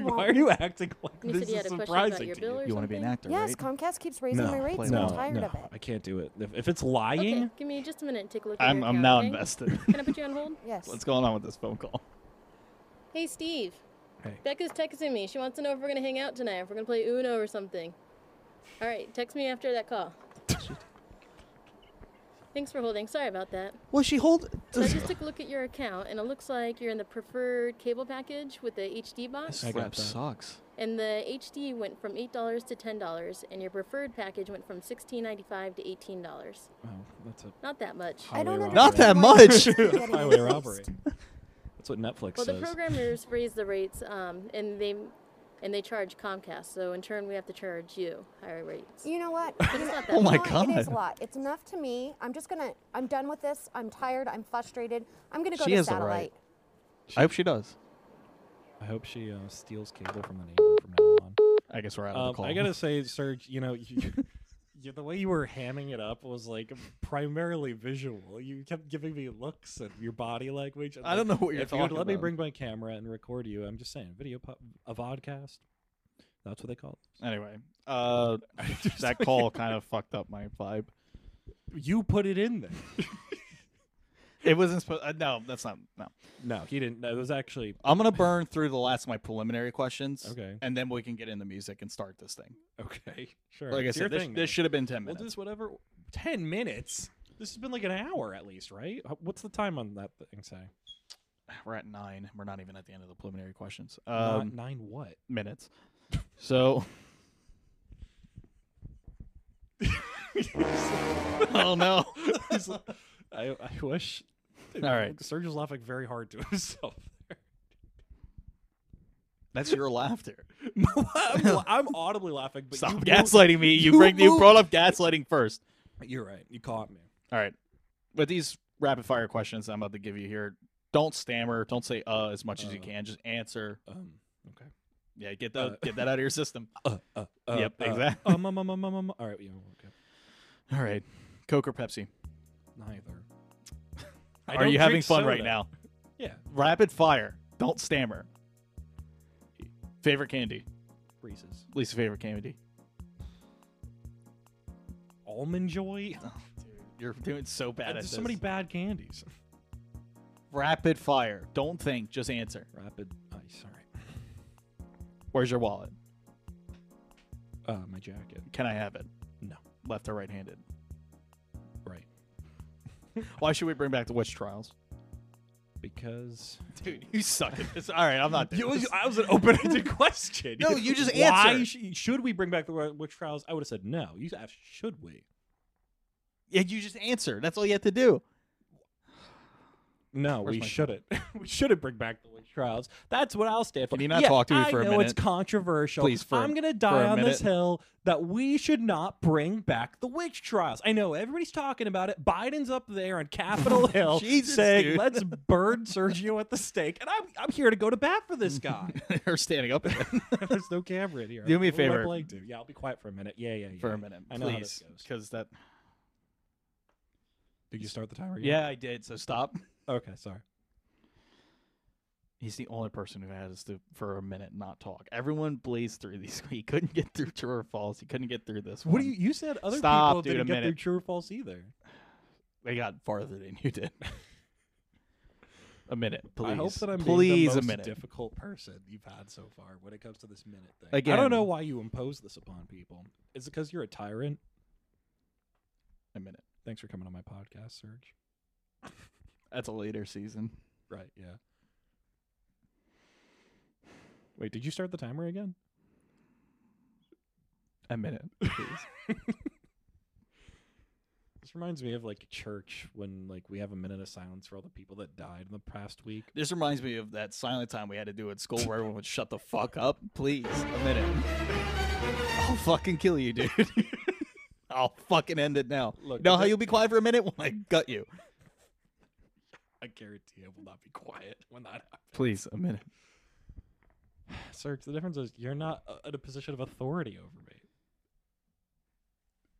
Why Wong. are you acting like you this said you is had a question about surprising your to bill you? or You want to be an actor, yes, right? Comcast keeps raising my rates, and no, I'm tired no, of it. I can't do it. If, if it's lying, Okay, give me just a minute to take a look at I'm your I'm account, now okay? invested. Can I put you on hold? Yes. What's going on with this phone call? Hey, Steve. Hey. Becca's texting me. She wants to know if we're going to hang out tonight, if we're going to play Uno or something. All right, text me after that call. Thanks for holding. Sorry about that. Well, she hold. So I just took a look at your account, and it looks like you're in the preferred cable package with the HD box. I got Rep that. sucks. And the HD went from eight dollars to ten dollars, and your preferred package went from sixteen ninety five to eighteen dollars. Oh, that's a Not that much. I don't Highway understand. Not that why much. you're getting highway it robbery. fixed. That's what Netflix Well, the says. programmers raised the rates, um, and they and they charge Comcast. So in turn, we have to charge you higher rates. You know what? You know- not that you know Oh my what? It is a God. lot. It's enough to me. I'm just gonna. I'm done with this. I'm tired. I'm frustrated. I'm gonna go She to has the satellite. right. I hope she does. I hope she uh, steals cable from the neighbor from now on. I guess we're out of Um, the call. I gotta say, Serge, you know, you, you, the way you were hamming it up was like primarily visual. You kept giving me looks and your body language. and, I don't like, know what you're if you would talking Let me about. bring my camera and record you. I'm just saying, video po- a vodcast. That's what they call it. Anyway, uh, that call kind of fucked up my vibe. You put it in there. It wasn't supposed. Uh, no, that's not. No, no, he didn't. No, it was actually I'm gonna burn through the last of my preliminary questions. Okay. and then we can get into music and start this thing. okay. Sure. Like I it's your said, this, thing, this man. should have been ten We'll minutes. do this whatever. Ten minutes. This has been like an hour at least, right? H- What's the time on that thing? Say We're at nine. We're not even at the end of the preliminary questions. Not Um, nine. What? minutes. So. oh no! He's like- I, I wish. All right. Serge is laughing very hard to himself. there. That's your laughter. I'm, I'm audibly laughing, but Stop you gaslighting me. You, bring you brought up gaslighting first. You're right. You caught me. All right. But these rapid fire questions I'm about to give you here, don't stammer. Don't say uh as much as you Uh. can. Just answer. Um. Okay. Yeah, get that Uh. get that out of your system. Uh, uh, uh, Yep, uh, exact- Um, um, um, um, um, um. All right. Yeah. Okay. All right. Coke or Pepsi? Neither. I Are don't you having drink fun right soda. now? Yeah. Rapid fire. Don't stammer. Favorite candy? Reese's. Least favorite candy? Almond Joy. You're doing so bad at There's this. so many bad candies. Rapid fire. Don't think, just answer. Rapid ice. All Where's your wallet? right. Uh, my jacket. Can I have it? No. Left or right-handed? Right. Why should we bring back the witch trials? Because Dude, you suck at this. All right, I'm not. You- I was an open-ended question. No, you just Why answered. sh- should we bring back the Ro- witch trials? I would have said no. You asked, should we? Yeah, you just answer. That's all you have to do. No, Where's we my- shouldn't. we shouldn't bring back the witch trials. That's what I'll stand for. Can you not Yeah, talk to me for I a know it's minute? controversial. Please, for- I'm gonna for die a on this minute. hill that we should not bring back the witch trials. I know everybody's talking about it. Biden's up there on Capitol Hill Jesus, saying, dude. "Let's burn Sergio at the stake," and I'm I'm here to go to bat for this guy. Or standing up again There's no camera in here. Do me a What am I favor. playing to? Yeah, I'll be quiet for a minute. Yeah, yeah, yeah. for a minute, I know how this please, goes. because that. Did you start the timer? Yeah, I did. So stop. Okay, sorry. He's the only person who has to for a minute not talk. Everyone blazed through these. He couldn't get through true or false. He couldn't get through this. What one. do you? You said other Stop, people dude, a didn't get through minute. true or false either. They got farther than you did. a minute, please. I hope that I'm please being the most a minute. difficult person you've had so far when it comes to this minute thing. I don't Again. know why you impose this upon people. Is it because you're a tyrant? a minute. Thanks for coming on my podcast, Serge. That's a later season. Right? Yeah. Wait, did you start the timer again? A minute, please. This reminds me of like church when like we have a minute of silence for all the people that died in the past week. This reminds me of that silent time we had to do at school where everyone would shut the fuck up. Please, a minute. I'll fucking kill you, dude. I'll fucking end it now. Look, you know how the- you'll be quiet for a minute when I gut you. I guarantee I will not be quiet when that happens. Please, a minute. Serge, the difference is you're not uh, in a position of authority over me.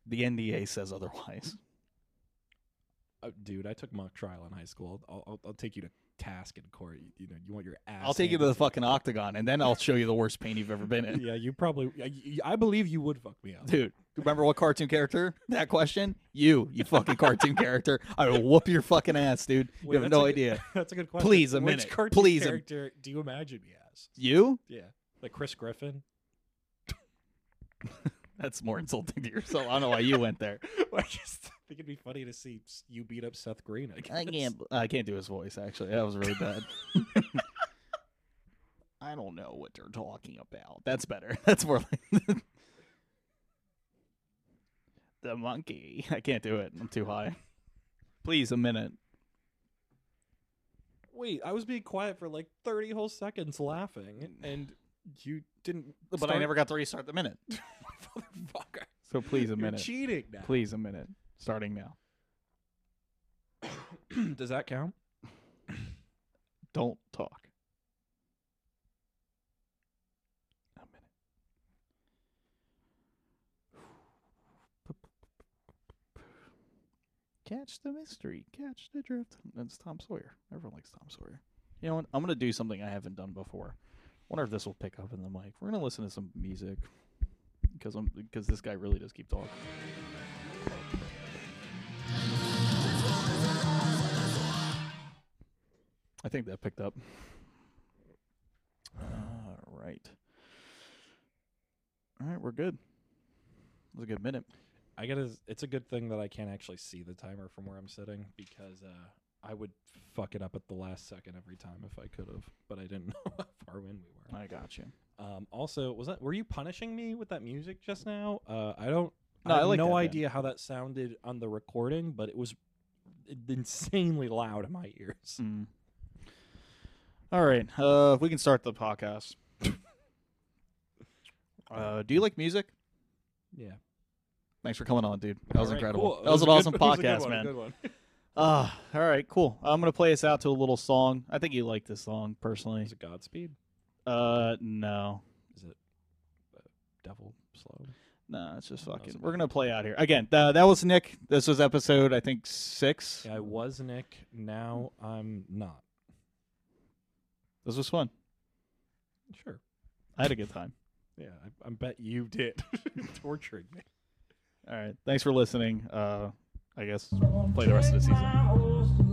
The NDA says otherwise. Uh, dude, I took mock trial in high school. I'll, I'll, I'll take you to task in court. You, you know, you want your ass. I'll take you to the handed fucking octagon and then I'll show you the worst pain you've ever been in. you. Yeah, you probably. I, y- I believe you would fuck me up. Dude, remember what cartoon character? That question? You, you fucking cartoon character. I will whoop your fucking ass, dude. Wait, you have that's a no good- idea. that's a good question. Please, a Which minute. cartoon Please, a- character do you imagine me as? You? Yeah, like Chris Griffin. That's more insulting to yourself. I don't know why you went there. Well, I just- think it'd be funny to see s- you beat up Seth Green. I guess. I can't. I can't do his voice. Actually, that was really bad. I don't know what they're talking about. That's better. That's more like the monkey. I can't do it. I'm too high. Please, a minute. Wait, I was being quiet for like thirty whole seconds laughing, and you didn't. But I start- never got to restart the minute. Motherfucker, So please, a you're minute. cheating now. Please, a minute. Starting now. Does that count? Don't talk. A minute. Catch the mystery. Catch the drift. That's Tom Sawyer. Everyone likes Tom Sawyer. You know what? I'm going to do something I haven't done before. Wonder if this will pick up in the mic. We're going to listen to some music because I'm because this guy really does keep talking. I think that picked up. All right. All right, we're good. It was a good minute. I gotta. It's a good thing that I can't actually see the timer from where I'm sitting because uh, I would fuck it up at the last second every time if I could have, but I didn't know how far in we were. I got you. Um, also, was that were you punishing me with that music just now? Uh, I don't. No, I I have like no that band. idea how that sounded on the recording, but it was insanely loud in my ears. Hmm. All right, uh, we can start the podcast. uh, do you like music? Yeah, Thanks for coming on, dude. That was All right, incredible. cool. That was, a an good- awesome it was a good podcast, one, a man. good one. Ah, all right, cool. I'm gonna play us out to a little song. I think you like this song personally. Is it Godspeed? Uh, no, Is it uh, Devil Slow? no, it's just That was a fucking. good We're gonna play out here again. Uh, that was Nick. This was episode I think six. Yeah, I was Nick. Now I'm not. This was fun. Sure. I had a good time. Yeah, I, I bet you did. Torturing me. All right, thanks for listening. Uh, I guess play the rest of the season. my horse to